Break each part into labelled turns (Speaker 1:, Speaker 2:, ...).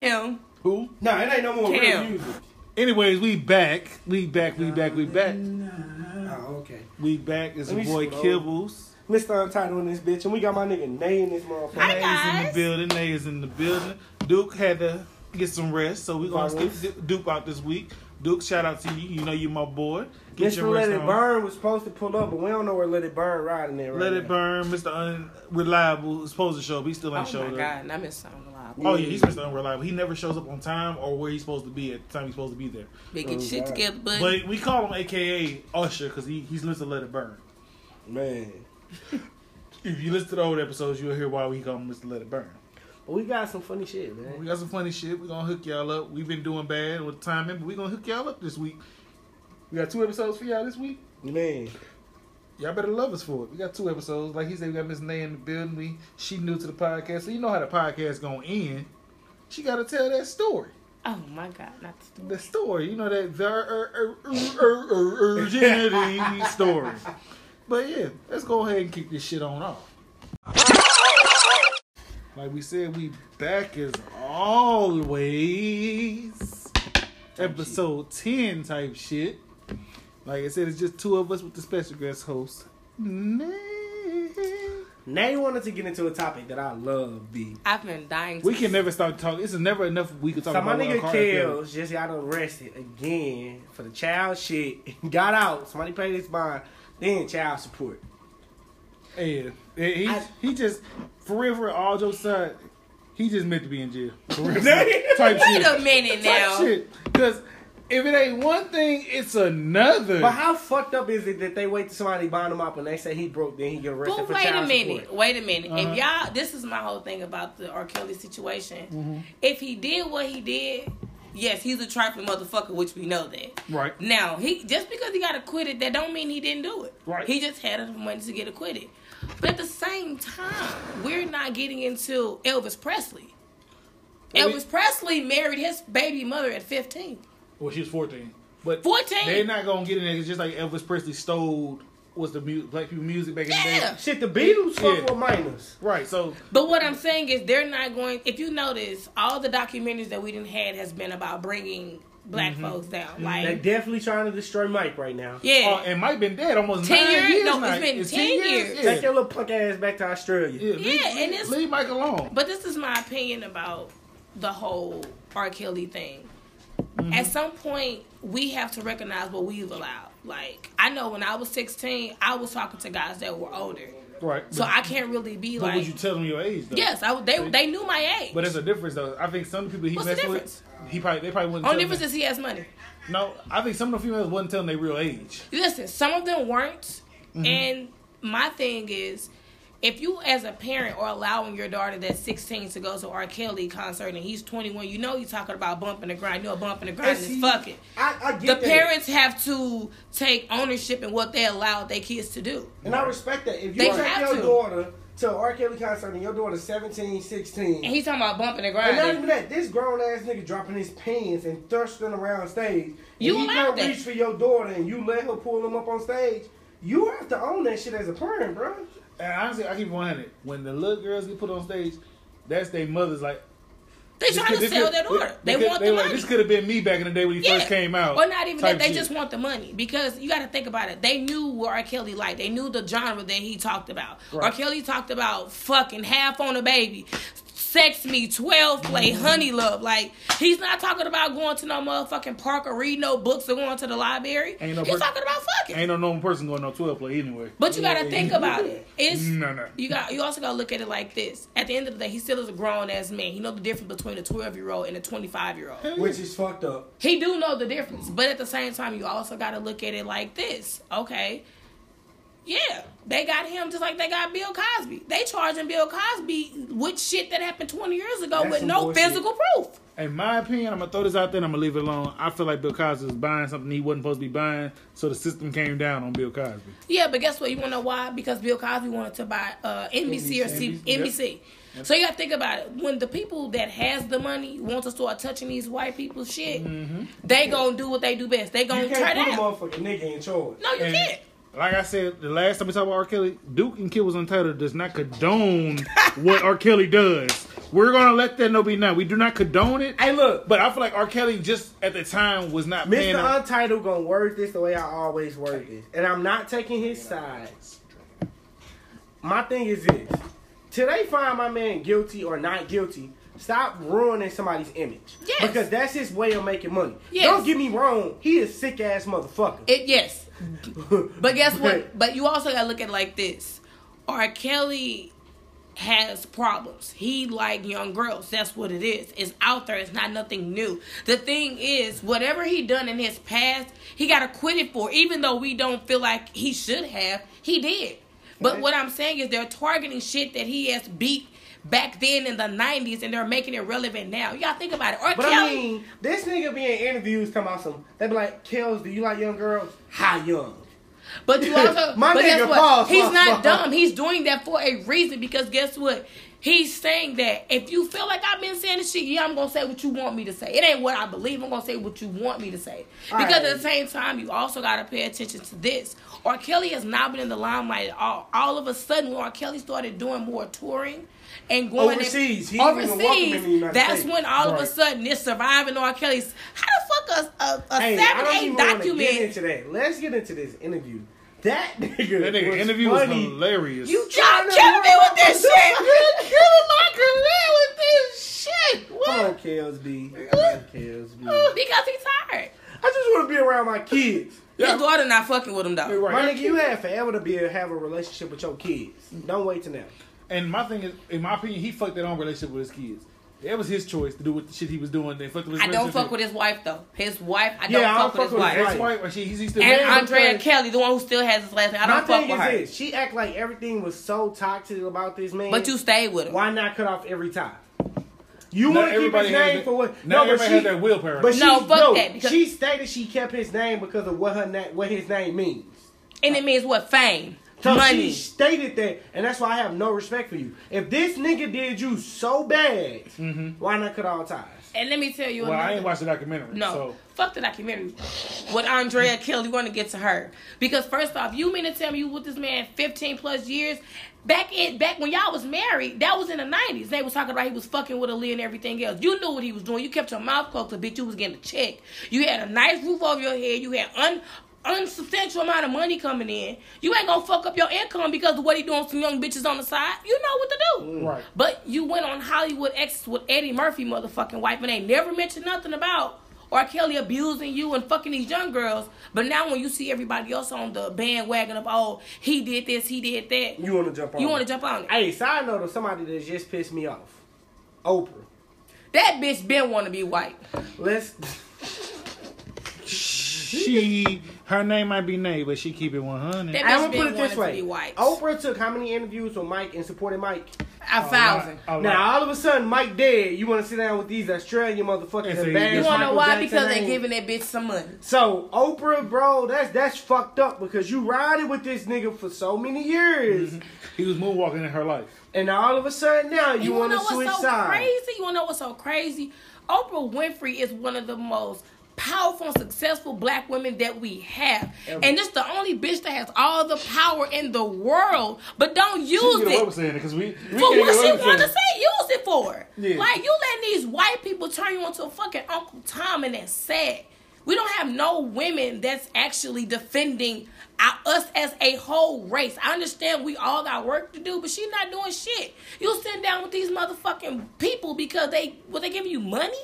Speaker 1: Him.
Speaker 2: Who?
Speaker 3: No, it ain't no more real
Speaker 1: Damn.
Speaker 3: music.
Speaker 2: Anyways, we back. We back. We back. We back.
Speaker 3: Oh, okay.
Speaker 2: We back. It's
Speaker 3: Let
Speaker 2: your
Speaker 3: me
Speaker 2: boy
Speaker 3: scroll.
Speaker 2: Kibbles.
Speaker 3: Mr. Untitled in this bitch, and we got my nigga Nay in this motherfucker.
Speaker 1: Hi,
Speaker 2: Nay's in the
Speaker 1: guys.
Speaker 2: building. Nay is in the building. Duke had to get some rest, so we gonna
Speaker 3: Always.
Speaker 2: skip Du- Duke out this week. Duke, shout out to you. You know you my boy. Get
Speaker 3: Mr.
Speaker 2: your
Speaker 3: Let
Speaker 2: rest
Speaker 3: It
Speaker 2: on.
Speaker 3: Burn was supposed to pull up, but we don't know where Let It Burn riding there right
Speaker 2: Let
Speaker 3: now.
Speaker 2: it burn. Mr. Unreliable is supposed to show up. He still ain't
Speaker 1: Oh
Speaker 2: showed
Speaker 1: my
Speaker 2: up.
Speaker 1: god, I missed something reliable.
Speaker 2: Oh yeah, he's Mr. Unreliable. He never shows up on time or where he's supposed to be at the time he's supposed to be there.
Speaker 1: They get
Speaker 3: Oh,
Speaker 1: shit
Speaker 3: God.
Speaker 1: together, but,
Speaker 2: But we call him AKA Usher because he he's listed Let It Burn.
Speaker 3: Man.
Speaker 2: If you listen to the old episodes, you'll hear why we call him Mr. Let It Burn.
Speaker 3: But we got some funny shit,
Speaker 2: We
Speaker 3: man.
Speaker 2: got some funny shit. We're gonna hook y'all up. We've been doing bad with timing, but we're gonna hook y'all up this week. We got two episodes for y'all this week.
Speaker 3: Man.
Speaker 2: Y'all better love us for it. We got two episodes. Like he said, we got Miss Nay in the building. We she new to the podcast, so you know how the podcast gonna end. She gotta tell that story.
Speaker 1: oh my god, not the story.
Speaker 2: The story, you know that vir- er- er- er- er- virginity story. But yeah, let's go ahead and kick this shit on off. Like we said, we back as always. Episode 10 type shit. Like I said, it's just two of us with the special guest host. Nay.
Speaker 3: Nay wanted to get into a topic that I love, B.
Speaker 1: I've been dying. To
Speaker 2: We can never stop talking. It's never enough we can talk
Speaker 3: So my
Speaker 2: about. what
Speaker 3: nigga
Speaker 2: our car is doing.
Speaker 3: Kels just got arrested again for the child shit. Got out. Somebody paid his bond. Then child support.
Speaker 2: Yeah, Yeah, he
Speaker 1: I-
Speaker 2: he just for real for real, all jokes aside, he just meant to be in jail. For real, for real. type
Speaker 1: Wait
Speaker 2: shit,
Speaker 1: a minute
Speaker 2: type
Speaker 1: now.
Speaker 2: shit. Because if it ain't one thing, it's another.
Speaker 3: But how fucked up is it that they wait till somebody bond him up and they say he broke, then he get arrested
Speaker 1: But
Speaker 3: for
Speaker 1: wait a
Speaker 3: child
Speaker 1: minute.
Speaker 3: support?
Speaker 1: Wait a minute.
Speaker 2: Uh-huh. Mm-hmm.
Speaker 1: If y'all, this is my whole thing about the R. Kelly situation. If he did what he did, yes, he's a trifling motherfucker, which we know that.
Speaker 2: right,
Speaker 1: Now he just because he got acquitted, that don't mean he didn't do it.
Speaker 2: Right.
Speaker 1: He just had enough money to get acquitted. But at the same time, we're not getting into Elvis Presley.
Speaker 2: Well, we-
Speaker 1: Elvis Presley married his baby mother at 15.
Speaker 2: well she was fourteen, but
Speaker 1: 14?
Speaker 2: They're not gonna get in there. It's just like Elvis Presley stole was the mu- black people music back in the day.
Speaker 1: Yeah.
Speaker 3: Shit, the Beatles fuck
Speaker 2: Yeah.
Speaker 3: with minors.
Speaker 2: Right, so
Speaker 1: But what I'm saying is they're not going. If you notice, all the documentaries that we didn't had has been about bringing black
Speaker 2: Mm-hmm.
Speaker 1: folks down. Like
Speaker 3: They definitely trying to destroy Mike right now.
Speaker 2: uh,
Speaker 1: yeah,
Speaker 2: and Mike been dead almost
Speaker 1: 10
Speaker 2: nine
Speaker 1: years?
Speaker 2: years.
Speaker 1: No, it's
Speaker 2: now.
Speaker 1: been 10 years.
Speaker 2: Yeah.
Speaker 3: Take your little punk ass back to Australia.
Speaker 2: yeah, leave,
Speaker 1: Yeah, and it's-
Speaker 2: leave Mike alone.
Speaker 1: But this is my opinion about the whole R. Kelly thing.
Speaker 2: Mm-hmm.
Speaker 1: At some point, we have to recognize what we've allowed. Like, I know when I was 16, I was talking to guys that were older.
Speaker 2: Right,
Speaker 1: So
Speaker 2: but,
Speaker 1: I can't really be
Speaker 2: but
Speaker 1: like,
Speaker 2: would you tell him your age though?
Speaker 1: yes, I, they, they knew my age.
Speaker 2: But there's a difference though. I think some people he
Speaker 1: What's the
Speaker 2: messed with,
Speaker 1: difference?
Speaker 2: he probably they probably wouldn't. tell
Speaker 1: Only
Speaker 2: him.
Speaker 1: difference is he has money.
Speaker 2: No, I think some of the females wasn't telling their real age.
Speaker 1: Listen, some of them weren't.
Speaker 2: Mm-hmm.
Speaker 1: And my thing is, if you as a parent are allowing your daughter that's 16 to go to R. Kelly concert and he's 21, you know he's talking about bumping the grind. You know bumping the grind
Speaker 3: And
Speaker 1: is
Speaker 3: see,
Speaker 1: fucking.
Speaker 3: I, I get
Speaker 1: the
Speaker 3: that.
Speaker 1: parents have to take ownership in what they allow their kids to do.
Speaker 3: And I respect that. If you
Speaker 1: They
Speaker 3: take
Speaker 1: have
Speaker 3: your
Speaker 1: to.
Speaker 3: daughter to an R. Kelly concert and your daughter's 17, 16,
Speaker 1: And he's talking about bumping and
Speaker 3: And not
Speaker 1: grinding.
Speaker 3: even that, this grown ass nigga dropping his pants and thrusting around stage. And
Speaker 1: You
Speaker 3: he
Speaker 1: allowed
Speaker 3: can't
Speaker 1: that.
Speaker 3: reach for your daughter and you let her pull him up on stage. You have to own that shit as a parent, bro.
Speaker 2: And honestly, I keep wanting it. When the little girls get put on stage, that's their mothers like.
Speaker 1: They
Speaker 2: this
Speaker 1: trying
Speaker 2: could-
Speaker 1: to
Speaker 2: this
Speaker 1: sell
Speaker 2: could-
Speaker 1: their daughter.
Speaker 2: this-
Speaker 1: They
Speaker 2: could-
Speaker 1: want
Speaker 2: they
Speaker 1: the
Speaker 2: like,
Speaker 1: money.
Speaker 2: This could have been me back in the day when he first came out.
Speaker 1: Or not even that.
Speaker 2: type
Speaker 1: They
Speaker 2: shit.
Speaker 1: just want the money because you got to think about it. They knew what R. Kelly liked. They knew the genre that he talked about. R.
Speaker 2: Right.
Speaker 1: Kelly talked about fucking half on a baby, sex me, twelve play, honey love. Like he's not talking about going to no motherfucking park or reading no books or going to the library.
Speaker 2: Ain't no
Speaker 1: he's
Speaker 2: per-
Speaker 1: talking about fucking.
Speaker 2: Ain't no normal person going on twelve play anyway.
Speaker 1: But you gotta think about it. It's
Speaker 2: No, no.
Speaker 1: You got you also gotta look at it like this. At the end of the day, he still is a grown ass man. He know the difference between a twelve year old and a twenty five year old.
Speaker 3: Which is fucked up.
Speaker 1: He do know the difference, but at the same time, you also gotta look at it like this. Okay, yeah, they got him just like they got Bill Cosby. They charging Bill Cosby with shit that happened twenty years ago
Speaker 3: That's
Speaker 1: with
Speaker 3: some
Speaker 1: no
Speaker 3: bullshit.
Speaker 1: physical proof.
Speaker 2: In my opinion, I'm gonna throw this out there. and I'm gonna leave it alone. I feel like Bill Cosby was buying something he wasn't supposed to be buying, so the system came down on Bill Cosby.
Speaker 1: Yeah, but guess what? You wanna know why? Because Bill Cosby wanted to buy uh, NBC, or C-
Speaker 2: NBC, yep.
Speaker 1: NBC. So you gotta think about it. When the people that has the money want to start touching these white people shit, they gonna do what they do best. They gonna
Speaker 3: You
Speaker 1: turn
Speaker 3: can't put a
Speaker 1: out.
Speaker 3: motherfucking nigga in charge.
Speaker 1: No, you
Speaker 2: And
Speaker 1: can't.
Speaker 2: Like I said, the last time we talked about R. Kelly, Duke and Kid was untitled does not condone what R. Kelly does. We're gonna let that know be known. We do not condone it.
Speaker 3: Hey, look,
Speaker 2: But I feel like R. Kelly just at the time was not paying.
Speaker 3: Mr.
Speaker 2: up-
Speaker 3: Untitled gonna word this the way I always word this, and I'm not taking his side. My thing is this: till they find my man guilty or not guilty, stop ruining somebody's image.
Speaker 1: Yes.
Speaker 3: Because that's his way of making money.
Speaker 1: Yes.
Speaker 3: Don't get me wrong; he is sick ass motherfucker.
Speaker 1: It yes, but guess what? But you also gotta look at it like this. R. Kelly has problems. He like young girls. That's what it is. It's out there. It's not nothing new. The thing is, whatever he done in his past, he got acquitted for. Even though we don't feel like he should have, he did. But
Speaker 3: Right.
Speaker 1: what I'm saying is they're targeting shit that he has beat back then in the 90s and they're making it relevant now. Y'all think about it. R.
Speaker 3: But
Speaker 1: Kelly.
Speaker 3: I mean, this nigga be in interviews talking about some. They be like, "Kells, do you like young girls? How young?"
Speaker 1: But you also,
Speaker 3: My
Speaker 1: but
Speaker 3: nigga,
Speaker 1: guess what?
Speaker 3: pause,
Speaker 1: He's
Speaker 3: pause,
Speaker 1: not
Speaker 3: pause.
Speaker 1: dumb. He's doing that for a reason because guess what? He's saying that if you feel like I've been saying this shit, yeah, I'm gonna say what you want me to say. It ain't what I believe. I'm gonna say what you want me to say.
Speaker 3: All
Speaker 1: because
Speaker 3: right.
Speaker 1: at the same time, you also gotta pay attention to this. R. Kelly has not been in the limelight at all. All of a sudden, when R. Kelly started doing more touring and going
Speaker 3: Overseas. He
Speaker 1: and,
Speaker 3: ain't even welcome in the
Speaker 1: overseas,
Speaker 3: United
Speaker 1: that's
Speaker 3: States.
Speaker 1: when all of a
Speaker 3: Right.
Speaker 1: sudden this surviving R. Kelly's. How the fuck a a, a
Speaker 3: Hey, I
Speaker 1: seven
Speaker 3: don't
Speaker 1: eight
Speaker 3: even want to
Speaker 1: document?
Speaker 3: get into that. Let's get into this interview. That nigga,
Speaker 2: That nigga
Speaker 3: was
Speaker 2: interview
Speaker 3: funny.
Speaker 2: was hilarious.
Speaker 1: You trying
Speaker 3: trying to
Speaker 1: to kill me with this
Speaker 3: ruin
Speaker 1: shit?
Speaker 3: my-
Speaker 1: You killing my career with this shit?
Speaker 3: Come on,
Speaker 1: What?
Speaker 3: Kels B. Come
Speaker 1: What?
Speaker 3: on, Kels B.
Speaker 1: Uh, Because he's tired.
Speaker 3: I just want to be around my kids.
Speaker 2: Yeah.
Speaker 1: His daughter not fucking with him
Speaker 2: You're
Speaker 1: though.
Speaker 2: right.
Speaker 3: My nigga, you have forever to be have a relationship with your kids. Don't wait till now.
Speaker 2: And my thing is, in my opinion, he fucked that on relationship with his kids. That was his choice to do with the shit he was doing. They fucked with. His
Speaker 1: I don't fuck with his wife though. His wife, I don't
Speaker 3: Yeah,
Speaker 1: fuck
Speaker 3: I don't
Speaker 1: with his
Speaker 3: fuck with his
Speaker 1: wife.
Speaker 2: That's why why she, he's used to.
Speaker 1: And
Speaker 3: Yeah,
Speaker 1: Andrea
Speaker 3: because-
Speaker 1: Kelly, the one who still has his last name, I
Speaker 3: My
Speaker 1: don't fuck
Speaker 3: thing
Speaker 1: with
Speaker 3: is
Speaker 1: her.
Speaker 3: this: she act like everything was so toxic about this man.
Speaker 1: But you stayed with him.
Speaker 3: why not cut off every time? You
Speaker 2: Not
Speaker 3: want to keep
Speaker 2: everybody
Speaker 3: his
Speaker 2: has
Speaker 3: name
Speaker 2: that-
Speaker 3: for what?
Speaker 2: not everybody has that willpower.
Speaker 3: But she,
Speaker 1: No, fuck
Speaker 3: no,
Speaker 1: that, because-
Speaker 3: she stated she kept his name because of what her na- what his name means.
Speaker 1: And it means what? Fame,
Speaker 3: So
Speaker 1: money.
Speaker 3: she stated that, and that's why I have no respect for you. If this nigga did you so bad,
Speaker 1: Mm-hmm.
Speaker 3: why not cut all ties?
Speaker 1: and let me tell you,
Speaker 2: Well, I
Speaker 1: another-
Speaker 2: ain't watched the documentary.
Speaker 1: No,
Speaker 2: So.
Speaker 1: fuck the documentary. With Andrea Kelly, we're gonna get to her because first off, you mean to tell me you with this man fifteen plus years? Back in back when y'all was married, that was in the nineties. They was talking about he was fucking with a Lee and everything else. You knew what he was doing. You kept your mouth closed, the bitch. You was getting a check. You had a nice roof over your head. You had un unsubstantial amount of money coming in. You ain't gonna fuck up your income because of what he doing to some young bitches on the side. You know what to do.
Speaker 2: Right.
Speaker 1: But you went on Hollywood X with Eddie Murphy, motherfucking wife, and they never mentioned nothing about R. Kelly abusing you and fucking these young girls. But now when you see everybody else on the bandwagon of oh he did this, he did that,
Speaker 3: You want to jump on?
Speaker 1: you want
Speaker 3: it.
Speaker 1: to jump on it?
Speaker 3: Hey, side note of somebody that just pissed me off, Oprah.
Speaker 1: That bitch been want to be white.
Speaker 3: Let's.
Speaker 2: She, her name might be Nay, but she keep it one hundred.
Speaker 1: That-
Speaker 3: I'm
Speaker 1: That's
Speaker 3: gonna put
Speaker 1: been
Speaker 3: it this
Speaker 1: wanted to
Speaker 3: way:
Speaker 1: be white.
Speaker 3: Oprah took how many interviews with Mike and supported Mike?
Speaker 1: A thousand.
Speaker 3: Now all of a sudden, Mike dead. You want to sit down with these Australian motherfuckers
Speaker 2: And
Speaker 3: and
Speaker 2: say,
Speaker 3: bash
Speaker 1: You
Speaker 2: Yes,
Speaker 1: want to know
Speaker 3: Michael
Speaker 1: why?
Speaker 3: Jackson
Speaker 1: Because they
Speaker 3: name?
Speaker 1: giving that bitch some money.
Speaker 3: So Oprah, bro, that's that's fucked up because you riding with this nigga for so many years,
Speaker 2: he was moonwalking in her life.
Speaker 3: and all of a sudden now you,
Speaker 1: You,
Speaker 3: want
Speaker 1: wanna
Speaker 3: to
Speaker 1: know
Speaker 3: switch
Speaker 1: what's so
Speaker 3: sides.
Speaker 1: crazy? You wanna know what's so crazy? Oprah Winfrey is one of the most powerful and successful black women that we have.
Speaker 3: Ever.
Speaker 1: And it's the only bitch that has all the power in the world, but don't use
Speaker 2: She can get away with
Speaker 1: it.
Speaker 2: saying it because we, we
Speaker 1: For
Speaker 2: can't
Speaker 1: what
Speaker 2: get away
Speaker 1: she
Speaker 2: with
Speaker 1: wanna
Speaker 2: saying it.
Speaker 1: say, use it for.
Speaker 2: Yeah.
Speaker 1: Like you letting these white people turn you into a fucking Uncle Tom and that's sad. We don't have no women that's actually defending our, us as a whole race. I understand we all got work to do, but she's not doing shit. You sit down with these motherfucking people because they well they giving you money.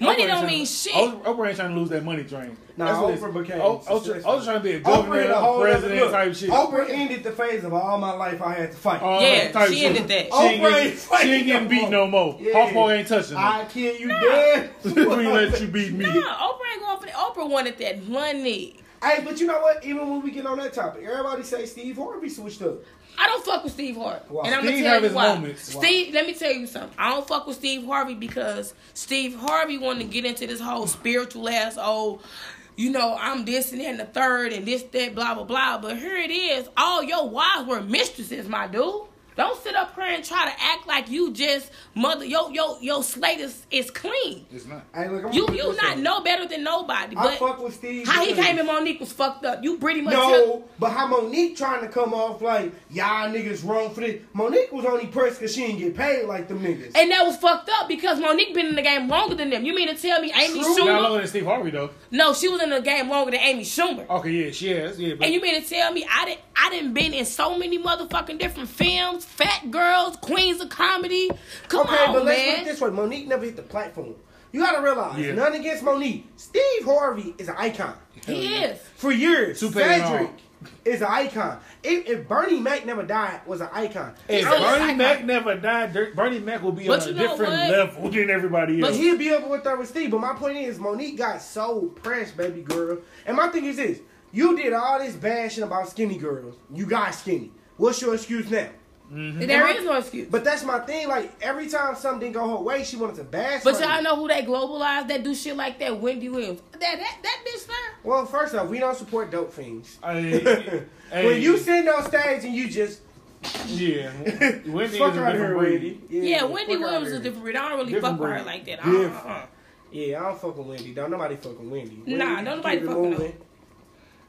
Speaker 1: Money
Speaker 2: Oprah
Speaker 1: don't
Speaker 2: ain't
Speaker 1: mean
Speaker 2: trying-
Speaker 1: shit.
Speaker 2: Oprah, Oprah ain't trying to lose that money train.
Speaker 3: Nah,
Speaker 2: That's what it is.
Speaker 3: Oprah became
Speaker 2: O- Oprah,
Speaker 3: successful.
Speaker 2: Oprah trying to be a governor,
Speaker 3: in a
Speaker 2: a
Speaker 3: whole
Speaker 2: president
Speaker 3: other-
Speaker 2: type shit. Oh,
Speaker 3: Oprah ended the phase of all my life I had to fight.
Speaker 2: All
Speaker 1: Yeah,
Speaker 2: that type
Speaker 1: she
Speaker 2: shit.
Speaker 1: ended that.
Speaker 2: She
Speaker 3: Oprah
Speaker 2: ain't getting,
Speaker 3: ain't fighting
Speaker 2: she ain't getting
Speaker 3: no
Speaker 2: beat
Speaker 3: more.
Speaker 2: no more.
Speaker 3: Yeah.
Speaker 2: Hawkboy ain't touching her.
Speaker 3: I kill you dead.
Speaker 2: we let you beat me.
Speaker 1: No, Oprah ain't going for that. Oprah wanted that money.
Speaker 3: Hey, but you know what? Even when we get on that topic, everybody say Steve Harvey switched up.
Speaker 1: I don't fuck with Steve Harvey.
Speaker 3: Wow.
Speaker 1: And I'm gonna
Speaker 2: Steve
Speaker 1: tell
Speaker 2: have
Speaker 1: you
Speaker 2: his
Speaker 1: why.
Speaker 2: moments. Wow.
Speaker 1: Steve, let me tell you something. I don't fuck with Steve Harvey because Steve Harvey wanted to get into this whole spiritual ass old, you know, I'm this and that and the third and this, that, blah, blah, blah. But here it is. All your wives were mistresses, my dude. Don't sit up here and try to act like you just mother yo yo yo slate is, is clean.
Speaker 2: It's not.
Speaker 3: Hey, look, I'm
Speaker 1: You
Speaker 3: gonna put
Speaker 1: you
Speaker 3: this
Speaker 1: not
Speaker 3: out.
Speaker 1: know better than nobody.
Speaker 3: I
Speaker 1: But
Speaker 3: fuck with Steve.
Speaker 1: how he
Speaker 3: Ballmer.
Speaker 1: came in Monique was fucked up. You pretty much
Speaker 3: No, but how Monique trying to come off like y'all niggas wrong for this? Monique was only pressed because she didn't get paid like them niggas.
Speaker 1: And that was fucked up because Monique been in the game longer than them. You mean to tell me Amy
Speaker 3: True.
Speaker 2: Not
Speaker 1: Schumer?
Speaker 2: longer than Steve Harvey though.
Speaker 1: No, she was in the game longer than Amy Schumer.
Speaker 3: Oh.
Speaker 2: Okay, yeah, she has. Yeah, but
Speaker 1: And you mean to tell me I didn't I didn't been in so many motherfucking different films, Fat Girls, Queens of Comedy. Come
Speaker 3: okay,
Speaker 1: on,
Speaker 3: but let's put
Speaker 1: man.
Speaker 3: it this way: Monique never hit the platform. You gotta realize,
Speaker 2: Yeah.
Speaker 3: none against Monique. Steve Harvey is an icon.
Speaker 1: he is.
Speaker 3: For years,
Speaker 2: Two Pac and
Speaker 3: Cedric
Speaker 2: all.
Speaker 3: is an icon. If, if Bernie Mac never died, was an icon.
Speaker 2: Hey,
Speaker 1: So it's
Speaker 2: Bernie
Speaker 1: like-
Speaker 2: Mac never died. Dirk- Bernie Mac will be
Speaker 1: But
Speaker 2: on a
Speaker 1: you know
Speaker 2: different
Speaker 1: what?
Speaker 2: level than everybody
Speaker 1: But
Speaker 2: else.
Speaker 3: But he'll be up with her with Steve. But my point is, Monique got so pressed, baby girl. And my thing is this: you did all this bashing about skinny girls. You got skinny. What's your excuse now?
Speaker 1: There
Speaker 3: Am I-
Speaker 1: is no excuse. But,
Speaker 3: Mm-hmm. But that's my thing. Like every time something go her way, she wanted to bash. her.
Speaker 1: y'all know who they globalized that do shit like that? Wendy Williams. That that that bitch there.
Speaker 3: Well, first off, we don't support dope fiends.
Speaker 2: Hey, hey,
Speaker 3: When you sitting on stage and you just
Speaker 2: yeah, Wendy is a
Speaker 3: fuck out
Speaker 2: different
Speaker 3: here,
Speaker 2: breed.
Speaker 3: Wendy.
Speaker 1: Yeah,
Speaker 3: fuck
Speaker 1: Wendy
Speaker 3: outta
Speaker 1: Williams
Speaker 3: here.
Speaker 1: is different. breed. I don't really
Speaker 2: Different
Speaker 1: fuck with her
Speaker 2: breed.
Speaker 1: like that. Uh-uh.
Speaker 3: Different. Yeah, I don't fuck with Wendy. Don't nobody fuck with Wendy. Wendy,
Speaker 1: Nah,
Speaker 3: you
Speaker 1: don't nobody
Speaker 3: keep it
Speaker 1: fuck with her.
Speaker 3: moving.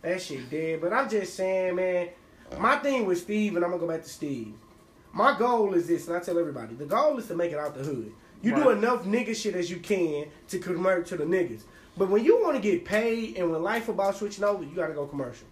Speaker 3: That shit dead. But I'm just saying, man. My thing with Steve, and I'm gonna go back to Steve. My goal is this, and I tell everybody, the goal is to make it out the hood. You do
Speaker 2: Right.
Speaker 3: enough nigga shit as you can to convert to the niggas. But when you want to get paid and when life about switching over, you gotta go commercial.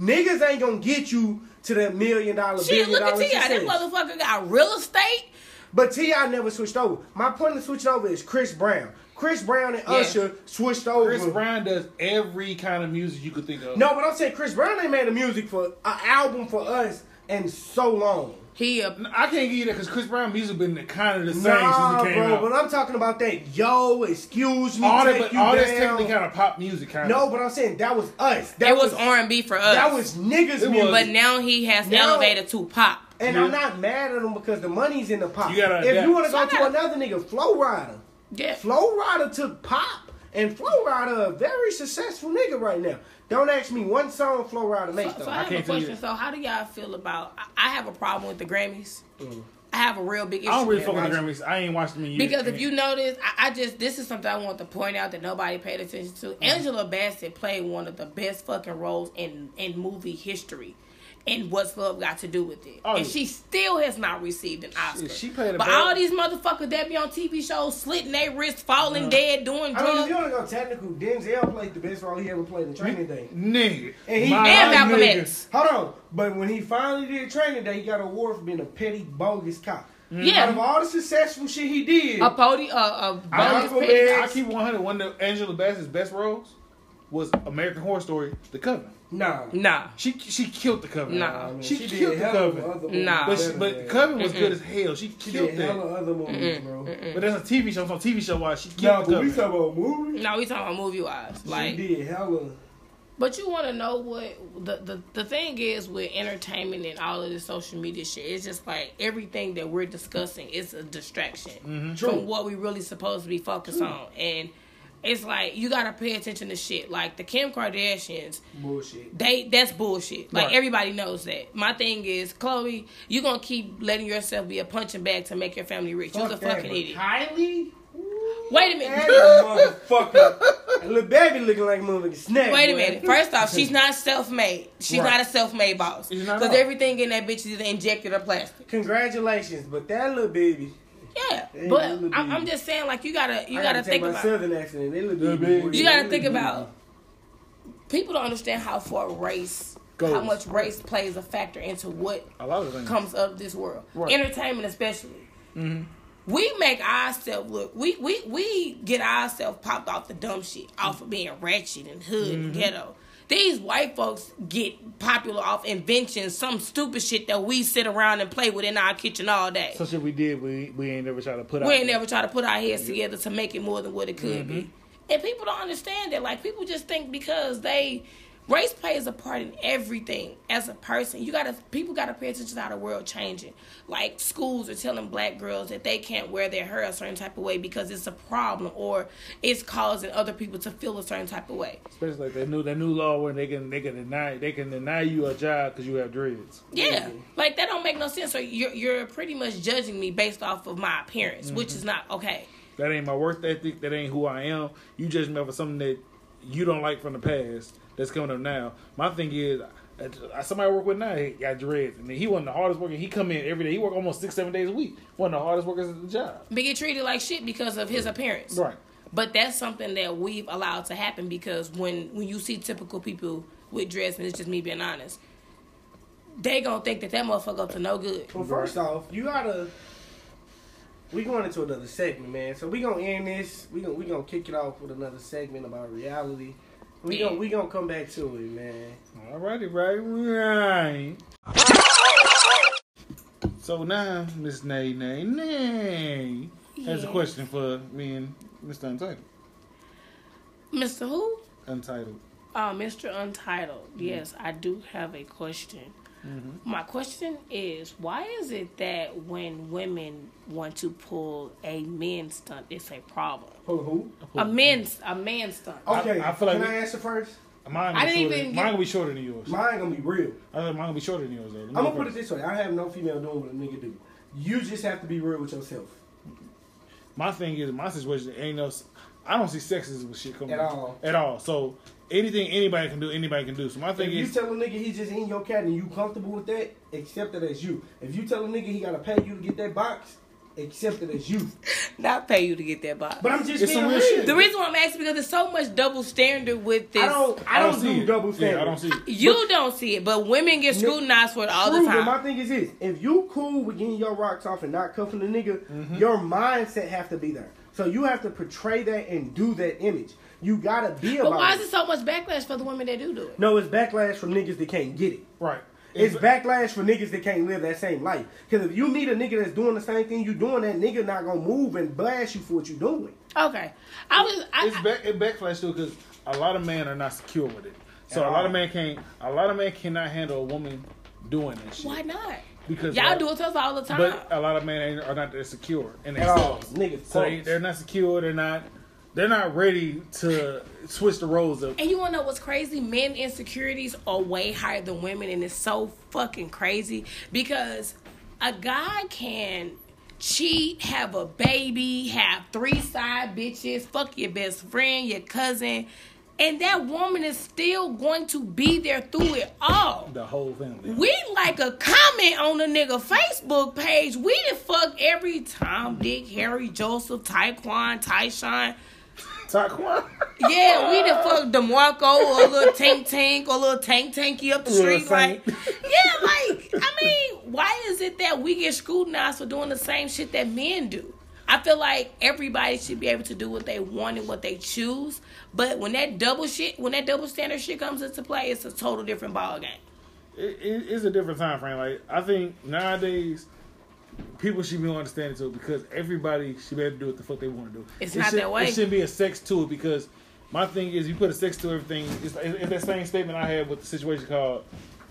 Speaker 3: Niggas ain't gonna get you to that million dollar,
Speaker 1: Shit,
Speaker 3: billion
Speaker 1: look at
Speaker 3: dollar
Speaker 1: T.I. That
Speaker 3: success.
Speaker 1: motherfucker got real estate.
Speaker 3: But T.I. never switched over. My point of switching over is Chris Brown. Chris Brown and
Speaker 1: Yeah.
Speaker 3: Usher switched over.
Speaker 2: Chris Brown does every kind of music you could think of.
Speaker 3: No, but I'm saying Chris Brown ain't made a music for an album for us in so long.
Speaker 1: He a
Speaker 2: I can't give you that because Chris Brown music been kind of the same
Speaker 3: Nah,
Speaker 2: since it came
Speaker 3: bro,
Speaker 2: out.
Speaker 3: but I'm talking about that. Yo, excuse me,
Speaker 2: all
Speaker 3: take
Speaker 2: that, but
Speaker 3: you
Speaker 2: all that's
Speaker 3: down.
Speaker 2: technically kind of pop music, kind
Speaker 3: no,
Speaker 2: of.
Speaker 3: but I'm saying that was us. That
Speaker 1: that was R and B for us.
Speaker 3: that was niggas
Speaker 2: It
Speaker 3: music.
Speaker 2: was.
Speaker 1: But now he has
Speaker 3: Now-
Speaker 1: elevated to pop.
Speaker 3: and
Speaker 2: Yeah.
Speaker 3: I'm not mad at them because the money's in the pop.
Speaker 2: You gotta
Speaker 3: if
Speaker 2: adapt.
Speaker 3: you want to
Speaker 1: So I
Speaker 3: go to
Speaker 1: gotta-
Speaker 3: another nigga, Flow Rider.
Speaker 1: Yeah.
Speaker 3: Flow Rider took pop, and Flow Rider a very successful nigga right now. Don't ask me one song Flow Rider
Speaker 1: So,
Speaker 3: makes
Speaker 1: so
Speaker 3: though.
Speaker 1: I have a
Speaker 2: can't tell you
Speaker 1: question. So how do y'all feel about? I- I have a problem with the Grammys. I have a real big issue.
Speaker 2: I don't really
Speaker 1: with
Speaker 2: fuck with
Speaker 1: it.
Speaker 2: the Grammys. I ain't watched them in years.
Speaker 1: Because if you notice, I, I just this is something I want to point out that nobody paid attention to.
Speaker 2: Mm.
Speaker 1: Angela Bassett played one of the best fucking roles in in movie history. And what's love got to do with it?
Speaker 2: Oh,
Speaker 1: and
Speaker 2: yeah.
Speaker 1: she still has not received an Oscar.
Speaker 2: she played a
Speaker 1: but
Speaker 2: bad-
Speaker 1: all these motherfuckers that be on TV shows slitting their wrists, falling dead, doing
Speaker 3: I mean, if
Speaker 1: drugs.
Speaker 3: you want to go technical, Denzel played the best role he ever played in Training Day.
Speaker 2: nigga,
Speaker 3: And he-
Speaker 2: my
Speaker 1: And Malcolm
Speaker 2: nigga.
Speaker 1: X.
Speaker 3: Hold on, but when he finally did Training Day, he got an award for being a petty, bogus cop. Out of
Speaker 1: Yeah,
Speaker 3: all the successful shit he did,
Speaker 1: a podium, uh, a
Speaker 2: I,
Speaker 3: Malcolm
Speaker 1: bonus pick.
Speaker 3: X.
Speaker 2: I keep 100. One of Angela Bassett's best roles was American Horror Story, The Covenant.
Speaker 3: nah,
Speaker 1: Nah,
Speaker 2: She she killed The Covenant.
Speaker 1: Nah.
Speaker 3: I mean,
Speaker 2: she, killed The Covenant.
Speaker 3: movies
Speaker 1: Nah.
Speaker 2: But, she,
Speaker 3: better
Speaker 2: but
Speaker 3: than
Speaker 2: Covenant was good as hell. She
Speaker 3: that. she
Speaker 2: killed
Speaker 3: did
Speaker 2: that.
Speaker 3: hella other movies, bro.
Speaker 2: But that's a TV show. So on TV show wise, she
Speaker 3: Nah,
Speaker 2: killed The
Speaker 3: but we
Speaker 2: Covenant.
Speaker 3: talking about movies.
Speaker 1: no, we talking about movie wise. Like
Speaker 3: she did hella.
Speaker 1: But you want to know what the, the the thing is with entertainment and all of this social media shit. It's just like everything that we're discussing is a distraction
Speaker 2: Mm-hmm.
Speaker 1: from what we really supposed to be focused on, and it's like you gotta pay attention to shit like the Kim Kardashians.
Speaker 3: Bullshit.
Speaker 1: They that's bullshit. Like
Speaker 2: Right.
Speaker 1: everybody knows that. My thing is, Chloe, you gonna keep letting yourself be a punching bag to make your family rich. You're a
Speaker 3: Fuck that,
Speaker 1: fucking
Speaker 3: but
Speaker 1: idiot.
Speaker 3: Kylie?
Speaker 1: Wait a
Speaker 3: That
Speaker 1: minute.
Speaker 3: motherfucker. Little baby looking like a motherfucking snack.
Speaker 1: Wait a
Speaker 3: boy.
Speaker 1: minute. First off, she's not self-made. She's
Speaker 2: Right.
Speaker 1: not a self-made boss.
Speaker 2: She's not
Speaker 1: Because
Speaker 2: at all.
Speaker 1: everything in that bitch is either injected or plastic.
Speaker 3: Congratulations, but that little baby.
Speaker 1: Yeah,
Speaker 3: Hey,
Speaker 1: but
Speaker 3: that
Speaker 1: I'm,
Speaker 3: look
Speaker 1: I'm
Speaker 3: easy.
Speaker 1: just saying, like you gotta, you
Speaker 3: I
Speaker 1: gotta
Speaker 3: take
Speaker 1: think
Speaker 3: my
Speaker 1: about.
Speaker 3: southern accent. They look
Speaker 2: Little
Speaker 3: baby.
Speaker 2: baby.
Speaker 1: You
Speaker 3: They
Speaker 1: gotta
Speaker 3: look
Speaker 1: think
Speaker 3: baby.
Speaker 1: about. People don't understand how far race, how
Speaker 2: Goes.
Speaker 1: much race plays a factor into what
Speaker 2: A lot of things.
Speaker 1: comes of this world,
Speaker 2: Right.
Speaker 1: entertainment especially. Mm-hmm. We make ourselves look. We we we get ourselves popped off the dumb shit, off of being ratchet and hood and ghetto. These white folks get popular off inventions, some stupid shit that we sit around and play with in our kitchen all day.
Speaker 2: Some shit we did, we we ain't never try to put out.
Speaker 1: We ain't never try to put our heads together to make it more than what it could be. And people don't understand that. Like people just think because they Race plays a part in everything as a person. You gotta people gotta pay attention to how the world changing. Like schools are telling black girls that they can't wear their hair a certain type of way because it's a problem or it's causing other people to feel a certain type of way.
Speaker 2: Especially like that new that new law where they can they can deny they can deny you a job because you have dreads.
Speaker 1: Yeah, like that don't make no sense. So you're you're pretty much judging me based off of my appearance, which is not okay.
Speaker 2: That ain't my work ethic. That ain't who I am. You judge me for something that you don't like from the past that's coming up now. My thing is, I- I- somebody I work with now he got dreads, and he wasn't the hardest worker. He come in every day. He work almost six seven days a week. One of the hardest workers at the job.
Speaker 1: But get treated like shit because of his appearance.
Speaker 2: Right.
Speaker 1: But that's something that we've allowed to happen because when when you see typical people with dreads, and it's just me being honest, they gonna think that that motherfucker up to no good.
Speaker 3: Well, first off, you gotta. We going into another segment, man. So we gonna end this. We gonna we gonna kick it off with another segment about reality. We
Speaker 1: Yeah.
Speaker 3: gonna we gonna come back to it, man.
Speaker 2: Alrighty, right, right. So now, Miss Nay Nay Nay has a
Speaker 1: Yes.
Speaker 2: question for me and Mr. Untitled.
Speaker 1: Mr. Who?
Speaker 2: Untitled.
Speaker 1: Uh, Mr. Untitled. Yes, I do have a question. My question is, why is it that when women want to pull a man stunt, it's a problem?
Speaker 3: Who who?
Speaker 1: A men's a man stunt.
Speaker 3: Okay,
Speaker 2: I feel like
Speaker 3: can
Speaker 2: we-
Speaker 3: I answer first?
Speaker 2: Mine
Speaker 1: I
Speaker 2: gonna be
Speaker 1: didn't
Speaker 2: shorter-
Speaker 1: even
Speaker 2: mine
Speaker 1: get-
Speaker 2: gonna be shorter than yours.
Speaker 3: Mine gonna be real.
Speaker 2: I think mine gonna be shorter than yours though. Let me go
Speaker 3: I'm gonna put it
Speaker 2: first.
Speaker 3: this way: I have no female doing what a nigga do. You just have to be real with yourself
Speaker 2: My thing is my situation ain't no. s- I don't see sexism with shit coming
Speaker 3: At
Speaker 2: up.
Speaker 3: all.
Speaker 2: At all. So anything anybody can do, anybody can do. So my thing
Speaker 3: If you
Speaker 2: is,
Speaker 3: tell a nigga he's just in your cat and you comfortable with that, accept it as you. If you tell a nigga he gotta pay you to get that box, accept it as you.
Speaker 1: Not pay you to get that box.
Speaker 3: But I'm just
Speaker 2: It's
Speaker 3: being
Speaker 2: some
Speaker 3: real.
Speaker 2: real shit.
Speaker 1: The reason why I'm asking because there's so much double standard with this.
Speaker 3: I don't I
Speaker 2: I
Speaker 3: don't,
Speaker 2: see
Speaker 3: do
Speaker 2: it.
Speaker 3: double standards.
Speaker 2: Yeah, I don't see it.
Speaker 1: you don't see it, but women get scrutinized for it all
Speaker 3: True,
Speaker 1: the
Speaker 3: but
Speaker 1: time.
Speaker 3: my thing is this: if you cool with getting your rocks off and not cuffing the nigga,
Speaker 2: Mm-hmm.
Speaker 3: your mindset have to be there. So you have to portray that and do that image. You gotta be
Speaker 1: but
Speaker 3: about.
Speaker 1: why is
Speaker 3: it.
Speaker 1: there so much backlash for the women that do do it?
Speaker 3: No, it's backlash from niggas that can't get it.
Speaker 2: Right.
Speaker 3: It's backlash for niggas that can't live that same life. Because if you meet a nigga that's doing the same thing you doing, that nigga not gonna move and blast you for what you doing.
Speaker 1: Okay, I was. I,
Speaker 2: it's back it backflash too because a lot of men are not secure with it. So a lot of men can't. A lot of men cannot handle a woman doing that shit.
Speaker 1: why not?
Speaker 2: Because
Speaker 1: Y'all
Speaker 2: like,
Speaker 1: do it to us all the time.
Speaker 2: But
Speaker 3: uh,
Speaker 2: a lot of men ain't- are not that secure in
Speaker 3: At all,
Speaker 2: themselves.
Speaker 3: niggas.
Speaker 2: So they, they're not secure. They're not. They're not ready to switch the roles up.
Speaker 1: and you wanna know what's crazy? Men insecurities are way higher than women, and it's so fucking crazy because a guy can cheat, have a baby, have three side bitches, fuck your best friend, your cousin, and that woman is still going to be there through it all.
Speaker 2: The whole family.
Speaker 1: We like a comment on the nigga Facebook page. We the fuck every Tom, Dick, Harry, Joseph, Taekwon, Tyshawn.
Speaker 2: Taquan.
Speaker 1: Yeah, we the fuck DeMarco or a little Tank Tank or a little Tank Tanky up the
Speaker 2: Little
Speaker 1: street. Like,
Speaker 2: Saint.
Speaker 1: yeah, like, I mean, why is it that we get scrutinized for doing the same shit that men do? I feel like everybody should be able to do what they want and what they choose. But when that double shit, when that double standard shit comes into play, it's a total different ball game.
Speaker 2: it, it, it's a different time frame. Like I think nowadays, people should be understanding to it because everybody should be able to do what the fuck they want to do.
Speaker 1: It's
Speaker 2: It
Speaker 1: not
Speaker 2: should-
Speaker 1: that way.
Speaker 2: It shouldn't be a sex tool because my thing is you put a sex to everything. It's, it's that same statement I had with the situation called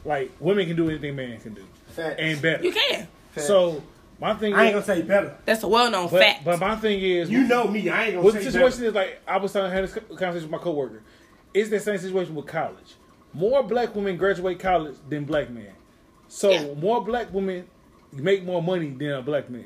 Speaker 2: like women can do anything man can do
Speaker 3: Facts.
Speaker 2: and better.
Speaker 1: You can.
Speaker 2: So my thing
Speaker 3: I ain't
Speaker 2: is,
Speaker 3: gonna say better.
Speaker 1: That's a well known
Speaker 2: but,
Speaker 1: fact.
Speaker 2: but my thing is,
Speaker 3: You know me. I ain't gonna
Speaker 2: well, the
Speaker 3: say better.
Speaker 2: situation is like I was telling, had this conversation with my coworker. It's the same situation with college. More black women graduate college than black men. So
Speaker 1: Yeah.
Speaker 2: more black women make more money than a black man,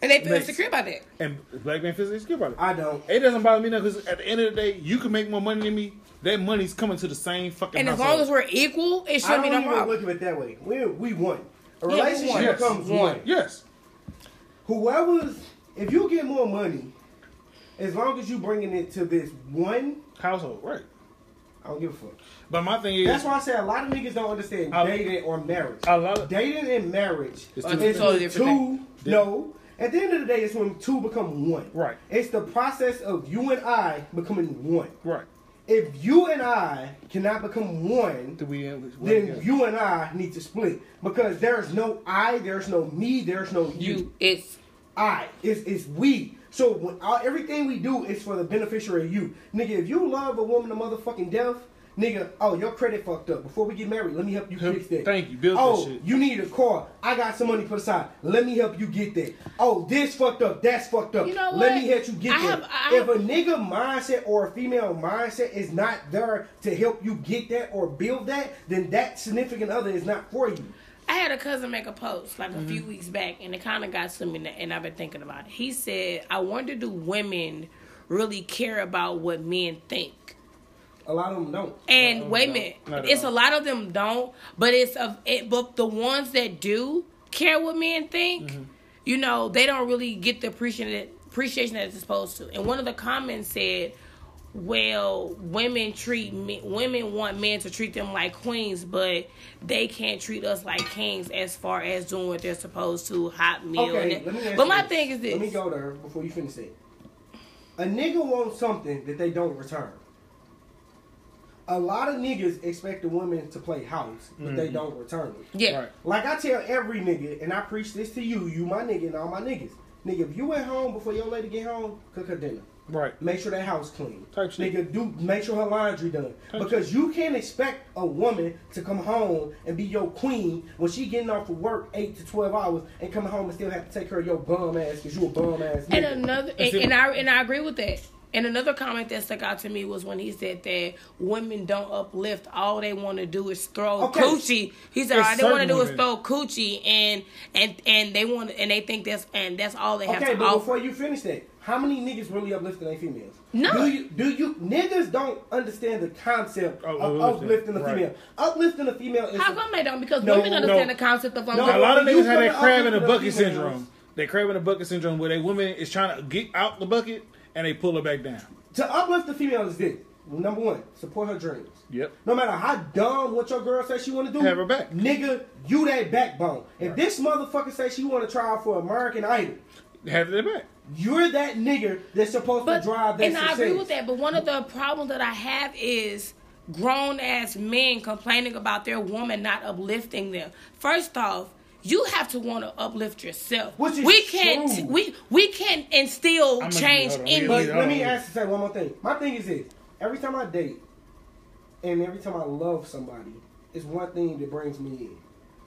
Speaker 1: And they feel
Speaker 2: Makes-
Speaker 1: insecure about that.
Speaker 2: and black man feels insecure about it.
Speaker 3: I don't.
Speaker 2: it doesn't bother me now because at the end of the day, you can make more money than me. That money's coming to the same fucking.
Speaker 1: And as
Speaker 2: household.
Speaker 1: long as we're equal, it
Speaker 3: I
Speaker 1: shouldn't
Speaker 3: don't
Speaker 1: be
Speaker 3: even
Speaker 1: no problem.
Speaker 3: look at it that way. We we one.
Speaker 1: Yeah,
Speaker 3: A
Speaker 1: we
Speaker 3: relationship
Speaker 1: one.
Speaker 2: Yes.
Speaker 3: becomes one.
Speaker 2: yes,
Speaker 3: Whoever's if you get more money, as long as you bringing it to this one,
Speaker 2: household right.
Speaker 3: I don't give a fuck.
Speaker 2: But my thing is,
Speaker 3: That's why I say a lot of niggas don't understand
Speaker 2: I-
Speaker 3: dating or marriage.
Speaker 2: a lot of-
Speaker 3: dating and marriage
Speaker 2: It's
Speaker 3: is
Speaker 2: two
Speaker 3: when
Speaker 1: totally
Speaker 3: two.
Speaker 1: different thing.
Speaker 3: No, at the end of the day, it's when two become one.
Speaker 2: Right.
Speaker 3: It's the process of you and I becoming one.
Speaker 2: right.
Speaker 3: If you and I cannot become one,
Speaker 2: Do we? Then
Speaker 3: then you and I need to split because there's no I, there's no me, there's no
Speaker 1: You, it's
Speaker 3: I. It's it's we. So when, all, everything we do is for the beneficiary of you, nigga. If you love a woman to motherfucking death, Nigga, oh, your credit fucked up. Before we get married, let me help you fix that.
Speaker 2: Thank you. Build that
Speaker 3: oh,
Speaker 2: shit.
Speaker 3: you need a car. I got some money put aside. Let me help you get that. Oh, this fucked up. That's fucked up.
Speaker 1: You know
Speaker 3: Let
Speaker 1: what?
Speaker 3: me help you get
Speaker 1: I
Speaker 3: that.
Speaker 1: have- I
Speaker 3: if
Speaker 1: have-
Speaker 3: a nigga mindset or a female mindset is not there to help you get that or build that, then that significant other is not for you.
Speaker 1: I had a cousin make a post like a
Speaker 3: Mm-hmm.
Speaker 1: few weeks back, and it kind of got to me, and- and I've been thinking about it. He said, "I wonder do women really care about what men think?"
Speaker 3: A lot of them don't.
Speaker 1: And wait a
Speaker 2: no,
Speaker 1: minute,
Speaker 2: not at
Speaker 1: it's a
Speaker 2: all.
Speaker 1: lot of them don't, but it's of it. But the ones that do care what men think,
Speaker 3: Mm-hmm.
Speaker 1: you know, they don't really get the appreciation appreciation that it's supposed to. And one of the comments said, "Well, women treat me, women want men to treat them like queens, but they can't treat us like kings as far as doing what they're supposed to, hot meal."
Speaker 3: Okay,
Speaker 1: and
Speaker 3: let me ask
Speaker 1: but
Speaker 3: you
Speaker 1: my
Speaker 3: this.
Speaker 1: thing is this:
Speaker 3: Let me go there before you finish it. A nigga wants something that they don't return. A lot of niggas expect the women to play house, but they don't return it.
Speaker 1: yeah,
Speaker 2: Right.
Speaker 3: Like I tell every nigga, and I preach this to you, you my nigga and all my niggas. Nigga, if you at home before your lady get home, cook her dinner.
Speaker 2: Right.
Speaker 3: Make sure that house clean.
Speaker 2: Type shit.
Speaker 3: Nigga, do make sure her laundry done.
Speaker 2: Type
Speaker 3: because you can't expect a woman to come home and be your queen when she getting off of work eight to twelve hours and come home and still have to take care of your bum ass because you a bum ass
Speaker 1: And
Speaker 3: nigga.
Speaker 1: another, and, and I and I agree with that. And another comment that stuck out to me was when he said that women don't uplift. All they want to do is throw
Speaker 3: Okay.
Speaker 1: coochie. He said
Speaker 2: It's
Speaker 1: all they want to
Speaker 2: certain
Speaker 1: do is
Speaker 2: women.
Speaker 1: throw coochie, and and and they want and they think that's and that's all they have
Speaker 3: Okay,
Speaker 1: to
Speaker 3: but
Speaker 1: offer.
Speaker 3: before you finish that, how many niggas really uplifting their females?
Speaker 1: None.
Speaker 3: Do you do you niggas don't understand the concept
Speaker 2: Of
Speaker 3: of
Speaker 2: uplifting,
Speaker 3: uplifting a
Speaker 2: Oh, right.
Speaker 3: female? Uplifting a female is
Speaker 1: How come they don't? Because
Speaker 3: No,
Speaker 1: women understand
Speaker 2: no.
Speaker 1: the concept of
Speaker 3: No,
Speaker 2: a lot of
Speaker 3: when you
Speaker 2: niggas have
Speaker 3: come
Speaker 2: that
Speaker 3: to
Speaker 2: crab in
Speaker 3: other
Speaker 2: a bucket
Speaker 3: females-
Speaker 2: syndrome. That crab in a bucket syndrome where that woman is trying to get out the bucket and they pull her back down.
Speaker 3: To uplift the female is this. Number one, support her dreams.
Speaker 2: Yep.
Speaker 3: No matter how dumb what your girl says she want to do,
Speaker 2: Have her back.
Speaker 3: nigga. You that backbone. If
Speaker 2: Right.
Speaker 3: this motherfucker says she want to try out for American Idol,
Speaker 2: Have their back.
Speaker 3: you're that nigga that's supposed
Speaker 1: but
Speaker 3: to drive that
Speaker 1: and
Speaker 3: success.
Speaker 1: I agree with that. But one of the problems that I have is grown ass men complaining about their woman not uplifting them. First off, you have to want to uplift yourself.
Speaker 3: Which is
Speaker 1: we can't
Speaker 3: true.
Speaker 1: we we can instill
Speaker 2: I'ma-
Speaker 1: change
Speaker 2: hold on,
Speaker 1: in
Speaker 2: hold
Speaker 1: you.
Speaker 3: But
Speaker 2: Yeah,
Speaker 3: let me
Speaker 2: yeah.
Speaker 3: ask you say one more thing. My thing is this: every time I date, and every time I love somebody, it's one thing that brings me in.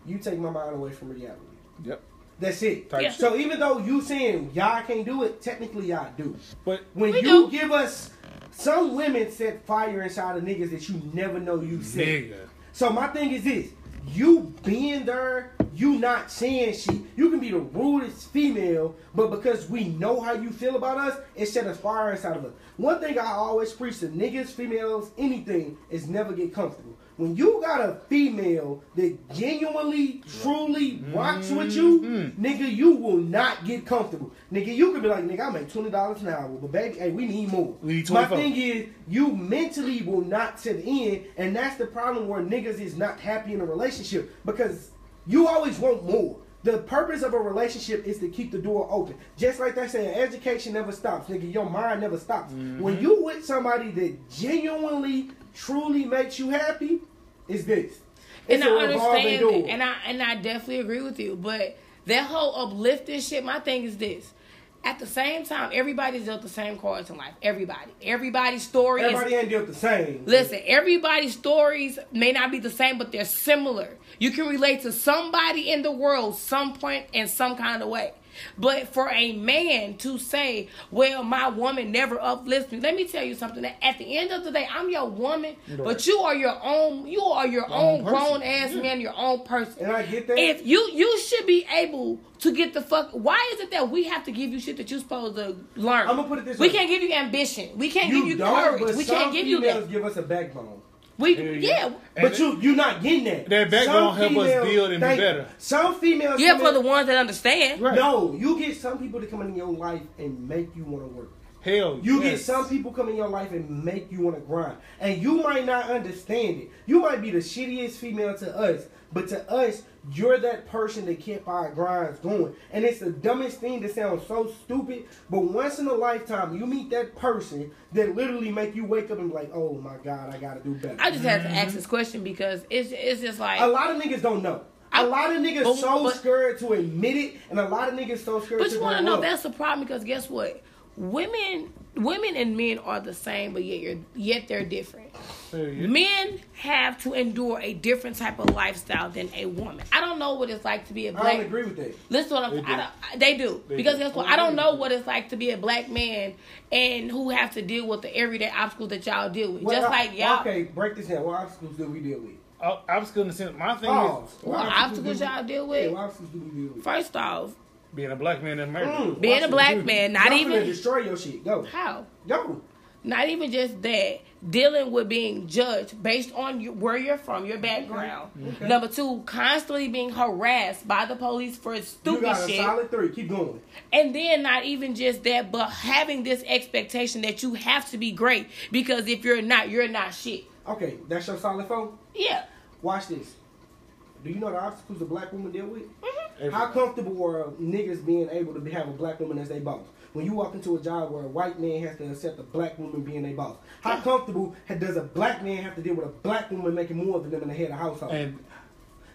Speaker 3: You take my mind away from reality.
Speaker 2: Yep.
Speaker 3: That's it.
Speaker 2: Type
Speaker 1: Yeah.
Speaker 2: shit.
Speaker 3: So even though you saying y'all can't do it, technically y'all do.
Speaker 2: But
Speaker 3: When
Speaker 1: We
Speaker 3: you
Speaker 1: do.
Speaker 3: give us, some women set fire inside of niggas that you never know you set.
Speaker 2: nigga.
Speaker 3: So my thing is this: you being there, you not saying shit. You can be the rudest female, but because we know how you feel about us, it set a fire inside of us. One thing I always preach to niggas, females, anything is never get comfortable. When you got a female that genuinely, truly rocks with you,
Speaker 2: Mm-hmm.
Speaker 3: nigga, you will not get comfortable. Nigga, you could be like, nigga, I make twenty dollars an hour, but baby, hey, we need more.
Speaker 2: We need
Speaker 3: My
Speaker 2: 24.
Speaker 3: thing is you mentally will not sit in, and that's the problem where niggas is not happy in a relationship because you always want more. The purpose of a relationship is to keep the door open. Just like they say, education never stops, nigga. Your mind never stops. When you with somebody that genuinely, truly makes you happy, is this.
Speaker 1: and
Speaker 3: It's a
Speaker 1: I
Speaker 3: revolving
Speaker 1: understand
Speaker 3: door.
Speaker 1: that, and I and I definitely agree with you. But that whole uplifting shit, my thing is this. At the same time, everybody's dealt the same cards in life. Everybody, everybody's story is
Speaker 3: Everybody ain't dealt the same.
Speaker 1: Listen, everybody's stories may not be the same, but they're similar. You can relate to somebody in the world, some point, in some kind of way. But for a man to say, "Well, my woman never uplifts me," let me tell you something. That at the end of the day, I'm your woman, but you are your own. You are your own,
Speaker 2: own person.
Speaker 1: grown ass man, your own person.
Speaker 3: And I get that.
Speaker 1: If you you should be able to get the fuck. Why is it that we have to give you shit that you're supposed to learn?
Speaker 3: I'ma put it this
Speaker 1: we
Speaker 3: way.
Speaker 1: can't give you ambition. We can't
Speaker 3: you
Speaker 1: give you
Speaker 3: don't,
Speaker 1: courage.
Speaker 3: but
Speaker 1: We
Speaker 3: some
Speaker 1: can't give you that.
Speaker 3: females give us a backbone.
Speaker 1: We
Speaker 2: Hell
Speaker 1: yeah.
Speaker 2: yeah.
Speaker 3: But you you not getting that.
Speaker 2: That backbone
Speaker 3: Some
Speaker 2: help us
Speaker 3: females
Speaker 2: build and be
Speaker 3: think-
Speaker 2: better.
Speaker 3: Some females
Speaker 1: Yeah,
Speaker 3: come
Speaker 1: for
Speaker 3: in-
Speaker 1: the ones that understand.
Speaker 2: Right.
Speaker 3: No, you get some people to come in your life and make you want to work.
Speaker 2: Hell
Speaker 3: You get
Speaker 2: yes.
Speaker 3: some people come in your life and make you want to grind. And you might not understand it. You might be the shittiest female to us, but to us, you're that person that kept our grinds going. And it's the dumbest thing that sounds so stupid, but once in a lifetime, you meet that person that literally make you wake up and be like, oh my God, I got to do better.
Speaker 1: I just had to ask this question because it's it's just like
Speaker 3: A lot of niggas don't know. A lot of niggas
Speaker 1: But-
Speaker 3: so
Speaker 1: but-
Speaker 3: scared to admit it, and a lot of niggas so scared
Speaker 1: But
Speaker 3: to
Speaker 1: you want to
Speaker 3: grow
Speaker 1: know
Speaker 3: up.
Speaker 1: that's the problem because guess what? Women, women and men are the same, but yet you're yet they're different.
Speaker 2: Hell yeah.
Speaker 1: Men have to endure a different type of lifestyle than a woman. I don't know what it's like to be a
Speaker 3: I
Speaker 1: black.
Speaker 3: don't agree with that.
Speaker 1: Listen, to what I'm,
Speaker 2: They
Speaker 1: they do.
Speaker 2: do.
Speaker 1: I, don't- they do.
Speaker 2: They
Speaker 1: because
Speaker 2: do.
Speaker 1: guess what? I don't know what it's like to be a black man and who have to deal with the everyday obstacles that y'all deal with.
Speaker 3: Well,
Speaker 1: Just
Speaker 3: I-
Speaker 1: like y'all,
Speaker 3: Okay, break this down. What obstacles do we deal with?
Speaker 2: I, I was gonna say my thing
Speaker 3: Oh,
Speaker 2: is
Speaker 1: what obstacles
Speaker 3: do we-
Speaker 1: y'all deal with?
Speaker 3: Yeah, what obstacles do we deal with?
Speaker 1: First off,
Speaker 2: being a black man in America.
Speaker 3: Mm.
Speaker 1: being a
Speaker 3: Watch
Speaker 1: black
Speaker 3: it.
Speaker 1: man, not
Speaker 3: Y'all
Speaker 1: even-
Speaker 3: finna destroy your shit. Go,
Speaker 1: how?
Speaker 3: go.
Speaker 1: Not even just that. Dealing with being judged based on your, where you're from, your background.
Speaker 3: Okay.
Speaker 1: Number two, constantly being harassed by the police for
Speaker 3: You
Speaker 1: stupid
Speaker 3: got a
Speaker 1: shit.
Speaker 3: solid three. Keep going.
Speaker 1: And then not even just that, but having this expectation that you have to be great because if you're not, you're not shit.
Speaker 3: Okay, that's your solid four.
Speaker 1: Yeah.
Speaker 3: Watch this. Do you know the obstacles a black woman deal with?
Speaker 2: Every-
Speaker 3: How comfortable are niggas being able to be- have a black woman as their boss? When you walk into a job where a white man has to accept a black woman being their boss, how comfortable ha- does a black man have to deal with a black woman making more than them in the head of household?
Speaker 2: And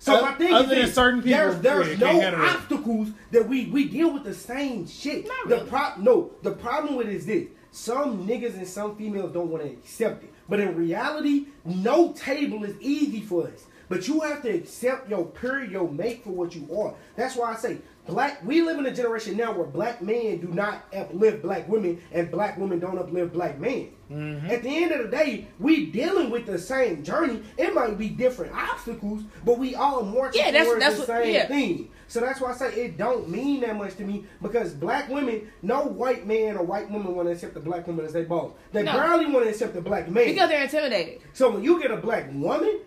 Speaker 3: so
Speaker 2: Oth-
Speaker 3: my thing
Speaker 2: other
Speaker 3: is,
Speaker 2: than
Speaker 3: this,
Speaker 2: certain people,
Speaker 3: there's,
Speaker 2: yeah,
Speaker 3: there's
Speaker 2: can't handle
Speaker 3: no
Speaker 2: that.
Speaker 3: obstacles that we we deal with the same shit.
Speaker 1: Not
Speaker 3: The
Speaker 1: really.
Speaker 3: pro- no, the problem with it is this: some niggas and some females don't want to accept it. But in reality, no table is easy for us. But you have to accept your period, your make for what you are. That's why I say black. We live in a generation now where black men do not uplift black women, and black women don't uplift black men.
Speaker 1: Mm-hmm.
Speaker 3: At the end of the day, we dealing with the same journey. It might be different obstacles, but we all marching
Speaker 1: Yeah, that's-
Speaker 3: towards
Speaker 1: that's
Speaker 3: the
Speaker 1: what-
Speaker 3: same
Speaker 1: yeah.
Speaker 3: thing. So that's why I say it don't mean that much to me because black women, no white man or white woman want to accept the black woman as they boss. They
Speaker 1: No.
Speaker 3: barely want to accept the black man.
Speaker 1: Because they're intimidated.
Speaker 3: so when you get a black woman,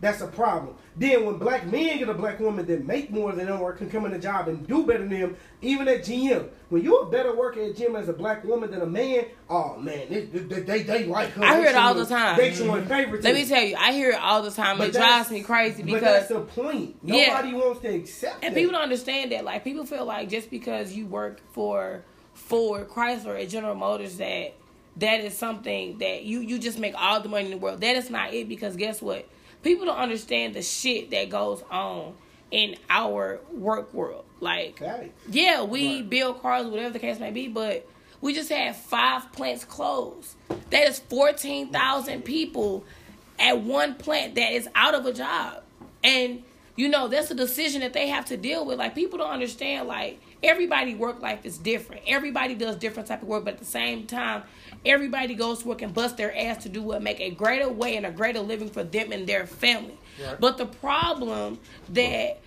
Speaker 3: that's a problem. Then when black men get a black woman that make more than them or can come in the job and do better than them, even at GM. When you're a better worker at GM as a black woman than a man, oh man, they they, they, they like her.
Speaker 1: I hear
Speaker 3: They
Speaker 1: it all
Speaker 3: showing-
Speaker 1: the time.
Speaker 3: They showing favoritism.
Speaker 1: Let me tell you, I hear it all the time.
Speaker 3: But
Speaker 1: it
Speaker 3: that's-
Speaker 1: drives me crazy
Speaker 3: but that's
Speaker 1: because
Speaker 3: the point.
Speaker 1: Yeah.
Speaker 3: Nobody wants to accept
Speaker 1: and
Speaker 3: that.
Speaker 1: people don't understand that. Like people feel like just because you work for Ford, Chrysler, and General Motors that that is something that you you just make all the money in the world. That is not it because guess what? People don't understand the shit that goes on in our work world. Like
Speaker 3: Facts.
Speaker 1: Yeah, we build cars, whatever the case may be, but we just had five plants closed. That is 14,000 people at one plant that is out of a job. And, you know, that's a decision that they have to deal with. Like, people don't understand, like, everybody work life is different. Everybody does different type of work, but at the same time, everybody goes to work and bust their ass to do what make a greater way and a greater living for them and their family. But the problem that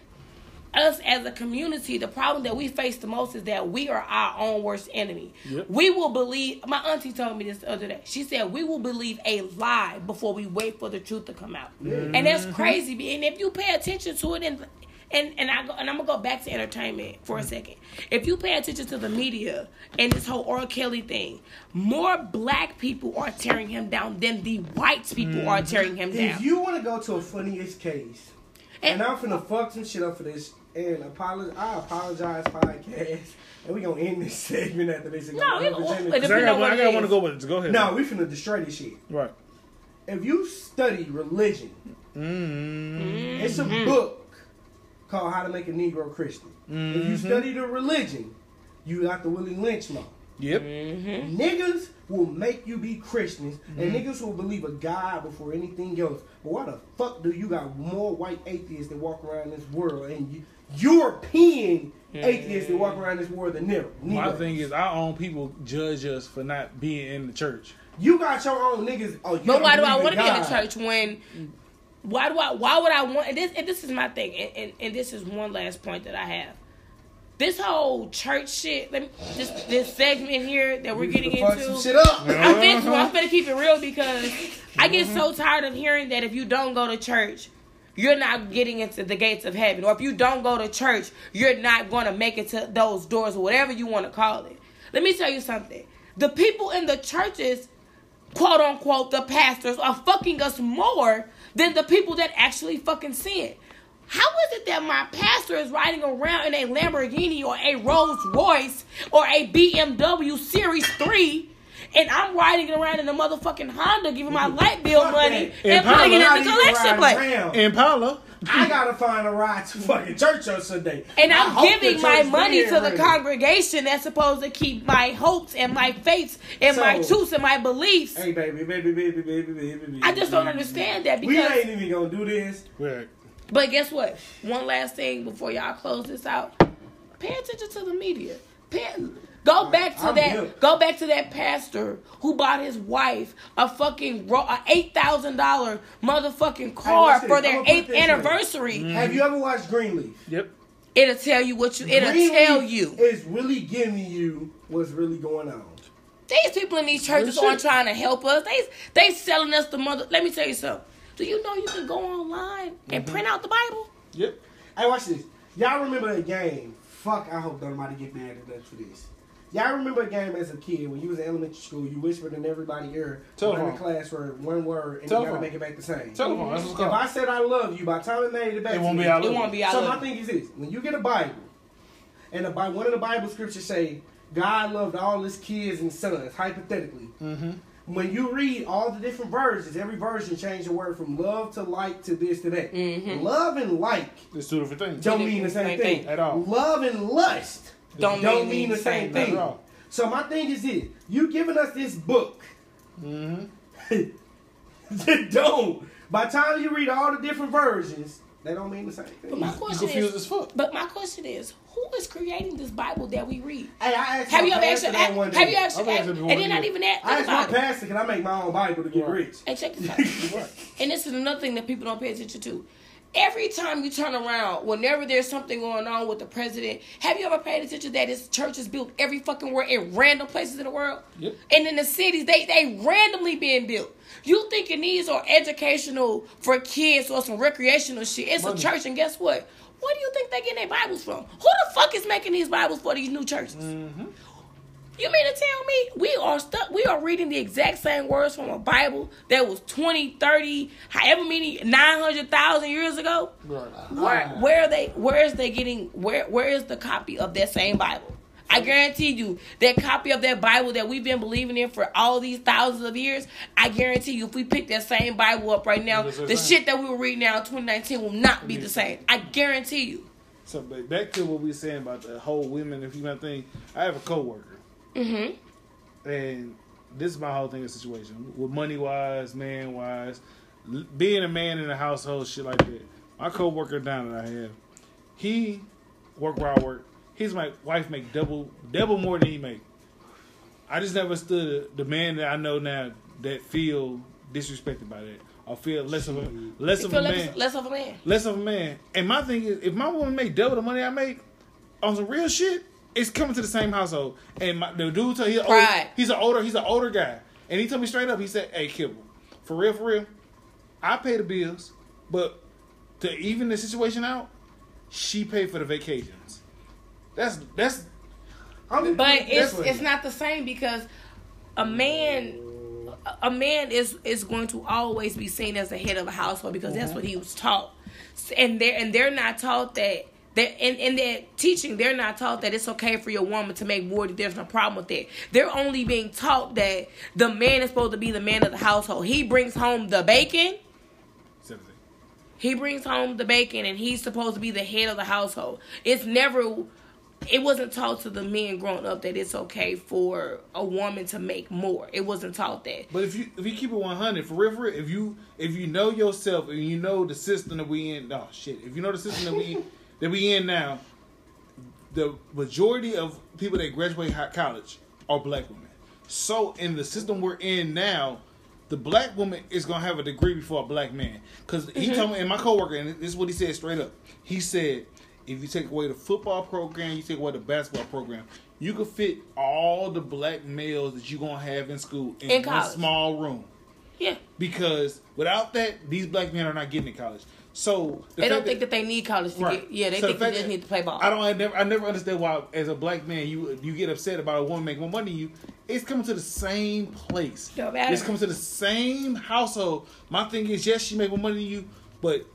Speaker 1: us as a community, the problem that we face the most is that we are our own worst enemy.
Speaker 2: Yep.
Speaker 1: We will believe, my auntie told me this the other day. She said, We will believe a lie before we wait for the truth to come out. And that's crazy. And if you pay attention to it, and and, and, I go, and I'm going to go back to entertainment for a second. If you pay attention to the media and this whole R. Kelly thing, more black people are tearing him down than the white people are tearing him down.
Speaker 3: If you want to go to a funniest case, and,
Speaker 1: And-
Speaker 3: I'm finna fuck some shit up for this, and apologize, I apologize podcast, and we gonna end this segment after this. and
Speaker 1: No,
Speaker 3: go
Speaker 1: we-
Speaker 3: to
Speaker 1: well,
Speaker 3: entertainment.
Speaker 2: 'Cause
Speaker 1: You
Speaker 2: I
Speaker 1: know
Speaker 2: got,
Speaker 1: what
Speaker 2: one- I
Speaker 1: it
Speaker 2: got
Speaker 1: is.
Speaker 2: one to go with. it. Go ahead.
Speaker 3: no, we finna destroy this shit.
Speaker 2: Right.
Speaker 3: If you study religion,
Speaker 2: Mm.
Speaker 1: Mm-hmm.
Speaker 3: it's a book called How to Make a Negro Christian. If
Speaker 1: Mm-hmm.
Speaker 3: you study the religion, you got the Willie Lynch law.
Speaker 2: Yep.
Speaker 3: Mm-hmm. Niggas will make you be Christians, and
Speaker 2: Mm-hmm.
Speaker 3: niggas will believe a God before anything else. But why the fuck do you got more white atheists that walk around this world and you, European atheists that walk around this world than them?
Speaker 2: My
Speaker 3: Negroes?
Speaker 2: thing is, our own people judge us for not being in the church.
Speaker 3: you got your own niggas. Oh, you
Speaker 1: But
Speaker 3: don't
Speaker 1: why do I
Speaker 3: believe
Speaker 1: want to be in the
Speaker 3: God.
Speaker 1: church when? Why do I? Why would I want? And this, and this is my thing, and, and, and this is one last point that I have. This whole church shit, let me, this this segment here that we're
Speaker 3: You
Speaker 1: getting
Speaker 3: finna fuck some shit
Speaker 1: into.
Speaker 3: up.
Speaker 1: I think well, I'm gonna keep it real because I get so
Speaker 3: Mm-hmm.
Speaker 1: tired of hearing that if you don't go to church, you're not getting into the gates of heaven, or if you don't go to church, you're not gonna make it to those doors, or whatever you want to call it. Let me tell you something: the people in the churches quote unquote the pastors are fucking us more than the people that actually fucking sin. How is it that my pastor is riding around in a Lamborghini or a Rolls Royce or a BMW Series 3 and I'm riding around in a motherfucking Honda giving my light bill
Speaker 3: Fuck
Speaker 1: money
Speaker 3: that.
Speaker 1: and
Speaker 2: And
Speaker 1: putting it
Speaker 3: Not
Speaker 1: in the
Speaker 3: even
Speaker 1: collection
Speaker 3: riding
Speaker 1: plate?
Speaker 3: around.
Speaker 2: Impala.
Speaker 3: I gotta find a ride to fucking church on Sunday.
Speaker 1: And
Speaker 3: I
Speaker 1: I'm
Speaker 3: hope the
Speaker 1: giving my
Speaker 3: church
Speaker 1: money
Speaker 3: being
Speaker 1: to the
Speaker 3: ready.
Speaker 1: congregation that's supposed to keep my hopes and my faiths and my
Speaker 3: So-
Speaker 1: truths and my beliefs.
Speaker 3: Hey, baby, baby, baby, baby, baby, baby.
Speaker 1: I just don't understand that
Speaker 3: We
Speaker 1: because.
Speaker 3: ain't even gonna do this.
Speaker 2: Right.
Speaker 1: But guess what? One last thing before y'all close this out. Pay attention to the media. Pay, go back to
Speaker 3: I'm
Speaker 1: that.
Speaker 3: here.
Speaker 1: Go back to that pastor who bought his wife a fucking ro- a eight thousand dollar motherfucking car
Speaker 3: listen,
Speaker 1: for
Speaker 3: I'ma
Speaker 1: their
Speaker 3: put
Speaker 1: eighth
Speaker 3: it this Mm-hmm. way.
Speaker 1: anniversary.
Speaker 3: Have you ever watched Greenleaf?
Speaker 2: Yep.
Speaker 1: It'll tell you what you. It'll
Speaker 3: Greenleaf
Speaker 1: tell you.
Speaker 3: It's really giving you what's really going on.
Speaker 1: These people in these churches
Speaker 2: Real
Speaker 1: aren't
Speaker 2: shit.
Speaker 1: trying to help us. They they selling us the mother. Let me tell you something. Do you know you can go online
Speaker 3: Mm-hmm.
Speaker 1: and print out the Bible?
Speaker 2: Yep.
Speaker 3: Hey, watch this. Y'all remember a game? Fuck, I hope nobody get mad at us for this. Y'all remember a game as a kid when you was in elementary school? You whispered in everybody's ear,
Speaker 2: Telephone.
Speaker 3: in the class word, one word, and you
Speaker 2: Telephone.
Speaker 3: gotta make it back the same.
Speaker 2: Telephone. That's what's
Speaker 3: if I
Speaker 2: called.
Speaker 3: said I love you, by the time it made it back,
Speaker 2: It
Speaker 3: to
Speaker 2: won't
Speaker 3: me,
Speaker 2: be I
Speaker 1: It
Speaker 2: love
Speaker 1: won't
Speaker 2: you.
Speaker 1: be out.
Speaker 3: so my thing is this: when you get a Bible, and the Bi- one of the Bible scriptures say, "God loved all His kids and sons," hypothetically. When you read all the different versions, every version changed the word from love to like to this to that.
Speaker 1: Mhm.
Speaker 3: Love and like
Speaker 2: It's two different things.
Speaker 3: don't mean the same thing.
Speaker 2: At all.
Speaker 3: Love and lust
Speaker 1: Don't mean the same
Speaker 2: thing. Not at all.
Speaker 3: So my thing is this: you giving us this book.
Speaker 2: Mm-hmm.
Speaker 3: don't. By the time you read all the different versions, they don't mean the same
Speaker 1: But
Speaker 3: thing.
Speaker 1: my
Speaker 2: You
Speaker 1: question
Speaker 2: confused
Speaker 1: is,
Speaker 2: as fuck.
Speaker 1: but my question is, who is creating this Bible that we read?
Speaker 3: Hey, I asked
Speaker 1: Have
Speaker 3: my
Speaker 1: you ever asked?
Speaker 3: pastor that one day.
Speaker 1: Have you asked?
Speaker 2: I've asked him
Speaker 1: And
Speaker 2: one
Speaker 1: then not
Speaker 2: year.
Speaker 1: even that.
Speaker 3: I
Speaker 1: Think
Speaker 3: asked
Speaker 1: about
Speaker 3: my
Speaker 1: it.
Speaker 3: pastor, can I make my own Bible to get
Speaker 2: Right.
Speaker 3: rich?
Speaker 1: Hey, check this out.
Speaker 2: Right.
Speaker 1: and this is another thing that people don't pay attention to. Every time you turn around, whenever there's something going on with the president, have you ever paid attention that his church is built every fucking where in random places in the world?
Speaker 2: Yep.
Speaker 1: And in the cities, they they randomly being built. You thinking these are educational for kids or some recreational shit? It's
Speaker 2: Money.
Speaker 1: a church, and guess what? Where do you think they getting their Bibles from? Who the fuck is making these Bibles for these new churches?
Speaker 2: Mm.
Speaker 1: You mean to tell me we are stuck? We are reading the exact same words from a Bible that was 20, 30, however many, 900,000 years ago?
Speaker 2: Right.
Speaker 1: Where, where are they? Where is they getting? Where Where is the copy of that same Bible? I guarantee you that copy of that Bible that we've been believing in for all these thousands of years. I guarantee you, if we pick that same Bible up right now,
Speaker 2: It's the
Speaker 1: the
Speaker 2: same.
Speaker 1: shit that we were reading now in 2019 will not be the same. I guarantee you.
Speaker 2: So but back to what we were saying about the whole women and female thing. I have a coworker,
Speaker 1: Mm-hmm.
Speaker 2: and this is my whole thing of situation with money wise, man wise, l- being a man in the household, shit like that. My coworker down that I have, he work where I work. His my wife make double double more than he make. I just never stood the man that I know now that feel disrespected by that. or feel less of a less
Speaker 1: You
Speaker 2: of a
Speaker 1: feel
Speaker 2: man
Speaker 1: less, less of a man.
Speaker 2: less of a man. And my thing is, if my woman make double the money I make on some real shit, it's coming to the same household. And my, the dude tell he's an older,
Speaker 1: Pride.
Speaker 2: he's an older he's an older guy, and he told me straight up. He said, "Hey, Kibble, for real, for real, I pay the bills, but to even the situation out, she paid for the vacations. That's that's
Speaker 3: I'm
Speaker 1: But
Speaker 3: That's
Speaker 1: it's
Speaker 3: what-
Speaker 1: it's not the same because a man a- a man is is going to always be seen as the head of a household because that's what he was taught. S- And they are and they're not taught that that in, in that teaching, they're not taught that it's okay for your woman to make more. That there's no problem with that. They're only being taught that the man is supposed to be the man of the household. He brings home the bacon.
Speaker 2: something.
Speaker 1: He brings home the bacon and he's supposed to be the head of the household. It's never it wasn't taught to the men growing up that it's okay for a woman to make more. It wasn't taught that.
Speaker 2: But if you if you keep it one hundred for real, for real, if you if you know yourself and you know the system that we in, oh shit, if you know the system that we that we in now, the majority of people that graduate high college are black women. So in the system we're in now, the black woman is gonna have a degree before a black man. Cause he
Speaker 1: Mm-hmm.
Speaker 2: told me and my coworker, and this is what he said straight up. He said, if you take away the football program, you take away the basketball program, you could fit all the black males that you're gonna have in school in,
Speaker 1: In
Speaker 2: one
Speaker 1: college.
Speaker 2: small room.
Speaker 1: Yeah.
Speaker 2: Because without that, these black men are not getting to college. So the
Speaker 1: They don't
Speaker 2: fact
Speaker 1: think that they need college to
Speaker 2: Right.
Speaker 1: get yeah, they
Speaker 2: So the
Speaker 1: think they
Speaker 2: fact
Speaker 1: just
Speaker 2: that-
Speaker 1: need to play ball.
Speaker 2: I don't. I never. I never understand why, as a black man, you you get upset about a woman making more money than you. It's coming to the same place.
Speaker 1: Don't matter.
Speaker 2: It's coming to the same household. My thing is, yes, she make more money than you, but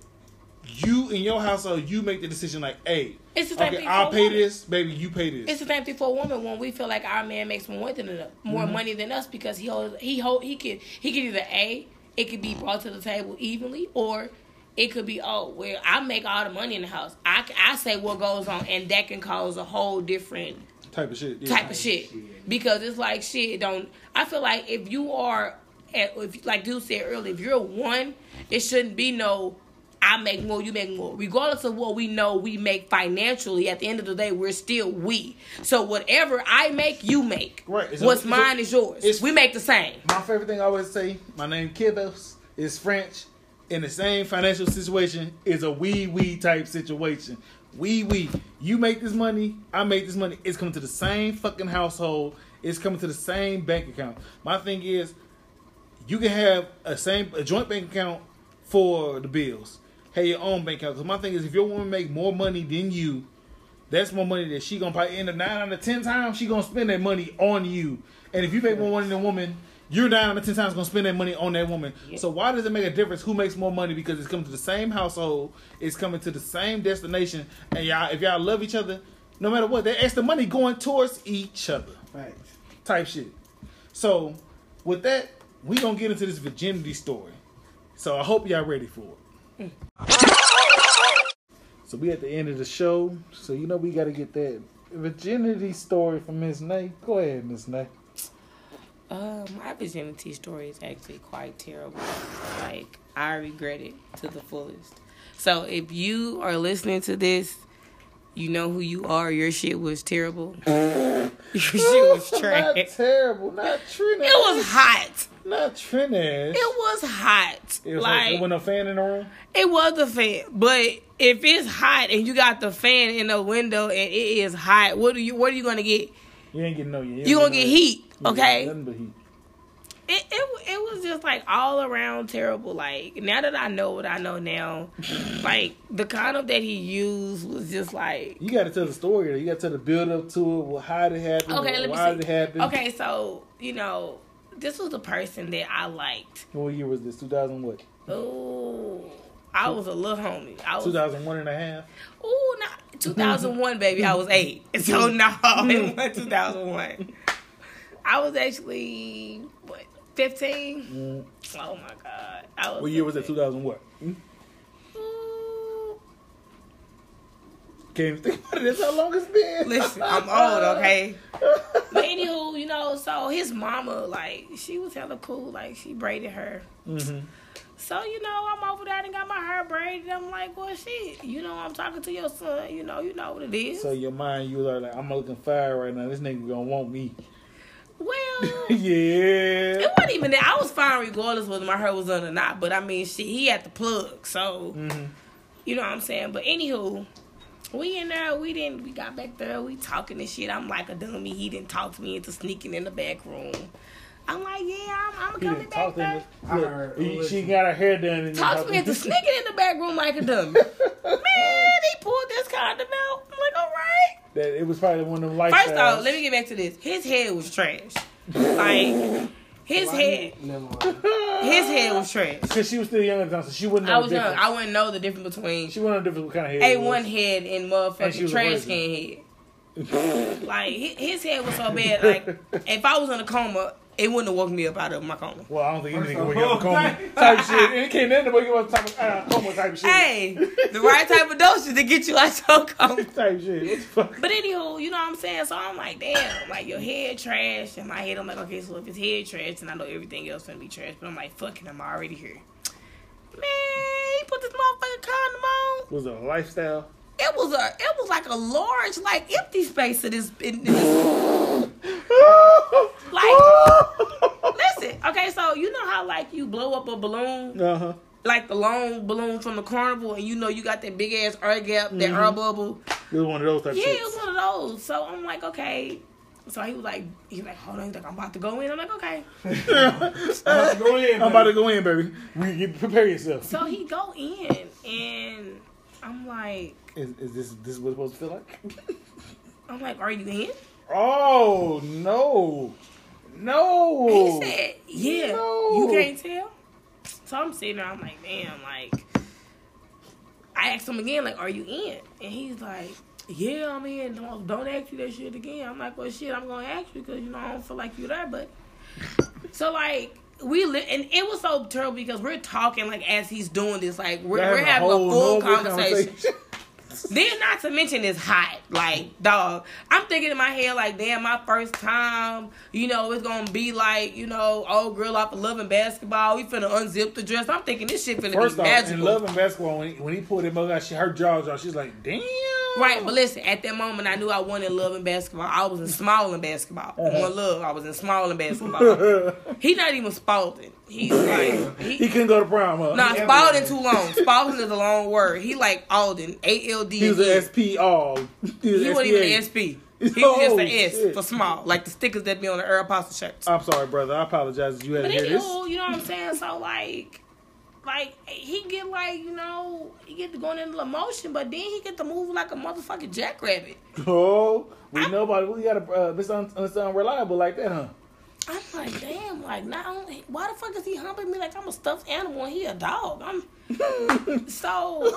Speaker 2: you in your household, you make the decision. Like, hey,
Speaker 1: It's the same
Speaker 2: okay,
Speaker 1: thing for
Speaker 2: I'll
Speaker 1: a
Speaker 2: pay
Speaker 1: woman.
Speaker 2: this, baby. You pay this.
Speaker 1: it's the same thing for a woman when we feel like our man makes more than enough, more
Speaker 2: Mm-hmm.
Speaker 1: money than us because he holds, he hold he can he can either a it could be brought to the table evenly or It could be oh, well, I make all the money in the house. I, c- I say what goes on, and that can cause a whole different
Speaker 2: type of shit. Yeah.
Speaker 1: type of shit because it's like shit. Don't I feel like if you are, at- if like dude said earlier, if you're one, it shouldn't be no. I make more, you make more. Regardless of what we know we make financially, at the end of the day, we're still we. So whatever I make, you make.
Speaker 2: Right. It's a-
Speaker 1: What's
Speaker 2: it's a-
Speaker 1: mine is yours.
Speaker 2: it's-
Speaker 1: We make the same.
Speaker 2: My favorite thing I always say, my name Kibos is French. In the same financial situation is a wee wee type situation. Wee wee. You make this money, I make this money. It's coming to the same fucking household. It's coming to the same bank account. My thing is, you can have a same a joint bank account for the bills. Have your own bank account. Cause my thing is, if your woman make more money than you, that's more money that she gonna probably end up nine out of ten times she gonna spend that money on you. And if you make more money than a woman, you're nine out of ten times gonna spend that money on that woman. So why does it make a difference who makes more money? Because it's coming to the same household, it's coming to the same destination, and y'all if y'all love each other, no matter what, that extra money going towards each other
Speaker 3: Facts.
Speaker 2: type shit. So, with that, we gonna get into this virginity story. So I hope y'all ready for it. so we at the end of the show. So you know we gotta get that virginity story from Miss Nay. Go ahead, Miss Nay.
Speaker 1: Uh, my virginity story is actually quite terrible. Like I regret it to the fullest. So if you are listening to this, you know who you are. Your shit was terrible. Your shit was trash.
Speaker 2: Not
Speaker 1: It
Speaker 2: terrible. Not Trinidad.
Speaker 1: was hot.
Speaker 2: not Trinidad.
Speaker 1: It was hot.
Speaker 2: It was like,
Speaker 1: like
Speaker 2: when a fan in the room.
Speaker 1: it was a fan, but if it's hot and you got the fan in the window and it is hot, what do you? What are you gonna get?
Speaker 2: You ain't getting no. You ain't
Speaker 1: You gonna
Speaker 2: no-
Speaker 1: get heat,
Speaker 2: you ain't
Speaker 1: okay?
Speaker 2: Nothing but heat.
Speaker 1: it, it it was just like all around terrible. Like now that I know what I know now, like the condom that he used was just like
Speaker 2: You gotta tell the story. though. You gotta tell the build up to it. Well, how did it happen?
Speaker 1: okay. Let me
Speaker 2: why
Speaker 1: see.
Speaker 2: did it happen?
Speaker 1: Okay, so you know this was the person that I liked.
Speaker 2: What year was this? 2000 what?
Speaker 1: Ooh, I was a little homie. I was
Speaker 2: 2001 and a half.
Speaker 1: ooh not 2001 baby. I was eight, so no, it wasn't 2001. I was actually what 15.
Speaker 2: Mm.
Speaker 1: Oh my god, I was.
Speaker 2: What year was it? 2000 what?
Speaker 1: Ooh,
Speaker 2: Can't even think about it. That's how long it's been.
Speaker 1: Listen, I'm old, okay? But anywho, you know, so his mama, like, she was hella cool. Like, she braided her.
Speaker 2: Mhm.
Speaker 1: So, you know, I'm over there and got my hair braided. I'm like, well, shit, you know, I'm talking to your son. You know, you know what it is.
Speaker 2: So your mind, you was like, I'm looking fire right now. This nigga gonna want me.
Speaker 1: well, it
Speaker 2: yeah.
Speaker 1: wasn't even that. I was fine regardless whether my hair was done or not. But, I mean, shit, he had the plug. So,
Speaker 2: Mhm.
Speaker 1: you know what I'm saying? But, anywho. We in there, we didn't, we got back there, we talking and shit. I'm like a dummy. He didn't talk me into sneaking in the back room. I'm like, yeah, I'm, I'm
Speaker 2: He
Speaker 1: coming
Speaker 2: didn't talk
Speaker 1: back Oh, there.
Speaker 2: to me.
Speaker 3: I
Speaker 2: Look,
Speaker 3: heard-
Speaker 2: he- she
Speaker 3: listen.
Speaker 2: got her hair done. And
Speaker 1: Talks me into sneaking in the back room like a dummy. Man, he pulled this condom out. I'm like, all right.
Speaker 2: That it was probably one of them lifestyles.
Speaker 1: First off, let me get back to this. His head was trash. Like, his head,
Speaker 3: Never mind.
Speaker 1: his head was trash.
Speaker 2: Because she was still young at the time, so she wouldn't know
Speaker 1: I was
Speaker 2: the
Speaker 1: young.
Speaker 2: difference.
Speaker 1: I wouldn't know the difference between
Speaker 2: she wouldn't know the difference what kind of hair it
Speaker 1: a
Speaker 2: was.
Speaker 1: one head and
Speaker 2: And she
Speaker 1: motherfucking
Speaker 2: was
Speaker 1: trash
Speaker 2: virgin.
Speaker 1: can head. Like, hi- his head was so bad. Like, if I was in a coma, it wouldn't have woke me up out of my coma.
Speaker 2: Well, I don't think anything can wake
Speaker 3: First
Speaker 2: up a
Speaker 3: of
Speaker 2: coma type shit. It can't end up waking up type of uh, coma type shit.
Speaker 1: Hey, the right type of dosage to get you out your coma.
Speaker 2: type shit. What the fuck?
Speaker 1: But anywho, you know what I'm saying? So I'm like, damn, like your head trash. In my head, I'm like, okay, so if his head trash, then I know everything else gonna be trash. But I'm like, fucking, I'm already here. Man, he put this motherfucking condom on.
Speaker 2: Was it a lifestyle?
Speaker 1: It was a, it was like a large, like empty space of this. In, in this like, listen, okay, so you know how like you blow up a balloon,
Speaker 2: Uh huh.
Speaker 1: like the long balloon from the carnival, and you know you got that big ass air gap, that air bubble.
Speaker 2: It was one of those type
Speaker 1: Yeah, it
Speaker 2: shits.
Speaker 1: was one of those. So I'm like, okay. So he was like, he's like, hold on, he's like, I'm about to go in. I'm like, okay.
Speaker 3: Go ahead,
Speaker 2: I'm about to go in, baby. We, you prepare yourself.
Speaker 1: So he go in, and I'm like,
Speaker 2: Is, is this this what it's supposed to feel like?
Speaker 1: I'm like, are you in?
Speaker 2: Oh no, no.
Speaker 1: He said, yeah.
Speaker 2: No.
Speaker 1: You can't tell. So I'm sitting there. I'm like, damn. Like, I asked him again, like, are you in? And he's like, yeah, I'm in. Don't, don't ask you that shit again. I'm like, well, shit, I'm gonna ask you because you know I don't feel like you there, but so like. we li- and it was so terrible because we're talking like as he's doing this, like we're,
Speaker 2: Y'all
Speaker 1: we're having a
Speaker 2: whole
Speaker 1: full
Speaker 2: normal
Speaker 1: conversation. Then, not to mention, it's hot. Like, dog, I'm thinking in my head, like, damn, my first time, you know, it's gonna be like, you know, old girl off of loving basketball. We finna unzip the dress. I'm thinking this shit finna
Speaker 2: First
Speaker 1: be
Speaker 2: off,
Speaker 1: magical.
Speaker 2: in Love and Basketball, when he, when he pulled that mug out, she, her jaws out. She's like, damn.
Speaker 1: Right, but listen, at that moment, I knew I wanted love in basketball. I was in small in basketball.
Speaker 2: Uh-huh.
Speaker 1: I want love. I was in small in basketball. He's not even Spalding. He's like,
Speaker 2: he
Speaker 1: he,
Speaker 2: couldn't go to prom, huh?
Speaker 1: nah, Spalding too long. Spalding is a long word. He like Alden, A L D.
Speaker 2: He was an
Speaker 1: E.
Speaker 2: SP all. He was
Speaker 1: He wasn't even an SP. He was just
Speaker 2: Oh,
Speaker 1: an S
Speaker 2: shit.
Speaker 1: for small, like the stickers that be on the Air Apostle shirts.
Speaker 2: I'm sorry, brother. I apologize. if You had
Speaker 1: But
Speaker 2: to hear
Speaker 1: anywho,
Speaker 2: this.
Speaker 1: you know what I'm saying? So like, like he get like you know he get to going into the motion, but then he get to move like a motherfucking jackrabbit.
Speaker 2: Oh, we know about it. We got a uh, it's, un, it's unreliable like that, huh?
Speaker 1: I'm like, damn, like not only why the fuck is he humping me like I'm a stuffed animal and he a dog? I'm so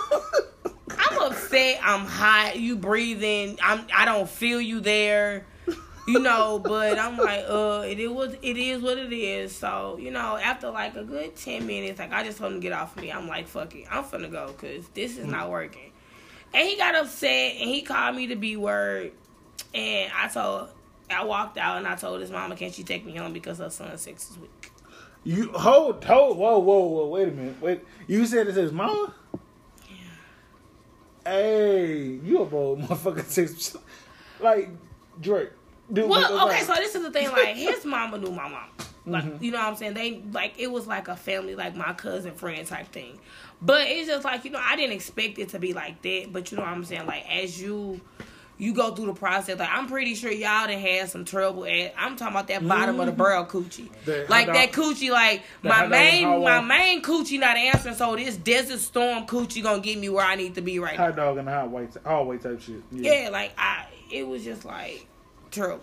Speaker 1: I'm upset, I'm hot, you breathing, I'm I don't feel you there. You know, but I'm like, uh, it, it was it is what it is. So, you know, after like a good ten minutes, like I just told him to get off me. I'm like, fuck it, I'm finna go because this is not working. And he got upset and he called me the B word. And I told, I walked out and I told his mama, can she take me home because her son's six this week?
Speaker 2: You hold, hold, whoa, whoa, whoa. Wait a minute. Wait, you said it says mama. Hey, you a bold motherfucker. Six, like Drake. Dude,
Speaker 1: Well, okay, so this is the thing. Like, his mama knew my mom. Like,
Speaker 2: Mm-hmm.
Speaker 1: you know what I'm saying? They, like, it was like a family, like my cousin, friend type thing. But it's just like, you know, I didn't expect it to be like that. But you know what I'm saying? Like, as you. You go through the process. Like I'm pretty sure y'all done had some trouble at. I'm talking about that bottom of the barrel coochie,
Speaker 2: Mm-hmm. That
Speaker 1: like
Speaker 2: hot
Speaker 1: that
Speaker 2: dog-
Speaker 1: coochie. Like
Speaker 2: that
Speaker 1: my
Speaker 2: hot dog
Speaker 1: main,
Speaker 2: hot
Speaker 1: my
Speaker 2: wall.
Speaker 1: main coochie not answering. So this desert storm coochie gonna get me where I need to be right now.
Speaker 2: hot dog and hot white, hallway type shit.
Speaker 1: Yeah, like I, it was just like terrible.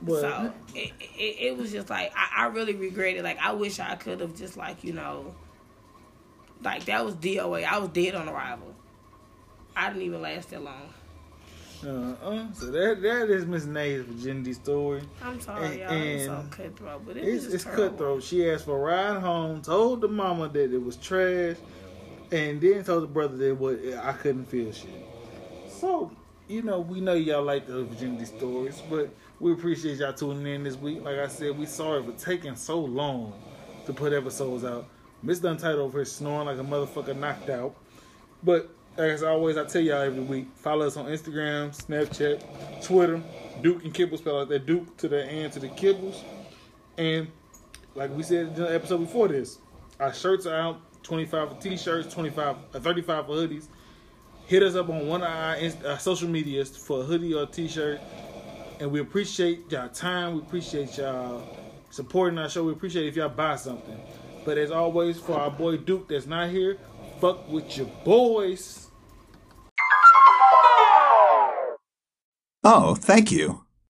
Speaker 2: But-
Speaker 1: So it, it, it was just like I, I really regret it. Like I wish I could have just like you know, like that was DOA. I was dead on arrival. I didn't even last that long.
Speaker 2: Uh-uh. So that that is Miss Nay's virginity story.
Speaker 1: I'm sorry,
Speaker 2: And-
Speaker 1: y'all. It's so
Speaker 2: and
Speaker 1: cutthroat, but it was
Speaker 2: It's,
Speaker 1: just
Speaker 2: it's
Speaker 1: terrible.
Speaker 2: cutthroat. She asked for a ride home, told the mama that it was trash, and then told the brother that what I couldn't feel shit. So, you know, we know y'all like the virginity stories, but we appreciate y'all tuning in this week. Like I said, we sorry for taking so long to put episodes out. Miss Untitled over here snoring like a motherfucker knocked out. But as always, I tell y'all every week, follow us on Instagram, Snapchat, Twitter, Duke and Kibbles, spell out that Duke to the and to the Kibbles. And like we said in the episode before this, our shirts are out. 25 for t-shirts, 25, uh, 35 for hoodies. Hit us up on one of our, inst- our social medias for a hoodie or a t-shirt. And we appreciate y'all time. We appreciate y'all supporting our show. We appreciate if y'all buy something. But as always, for our boy Duke that's not here, fuck with your boys.
Speaker 4: Oh, thank you.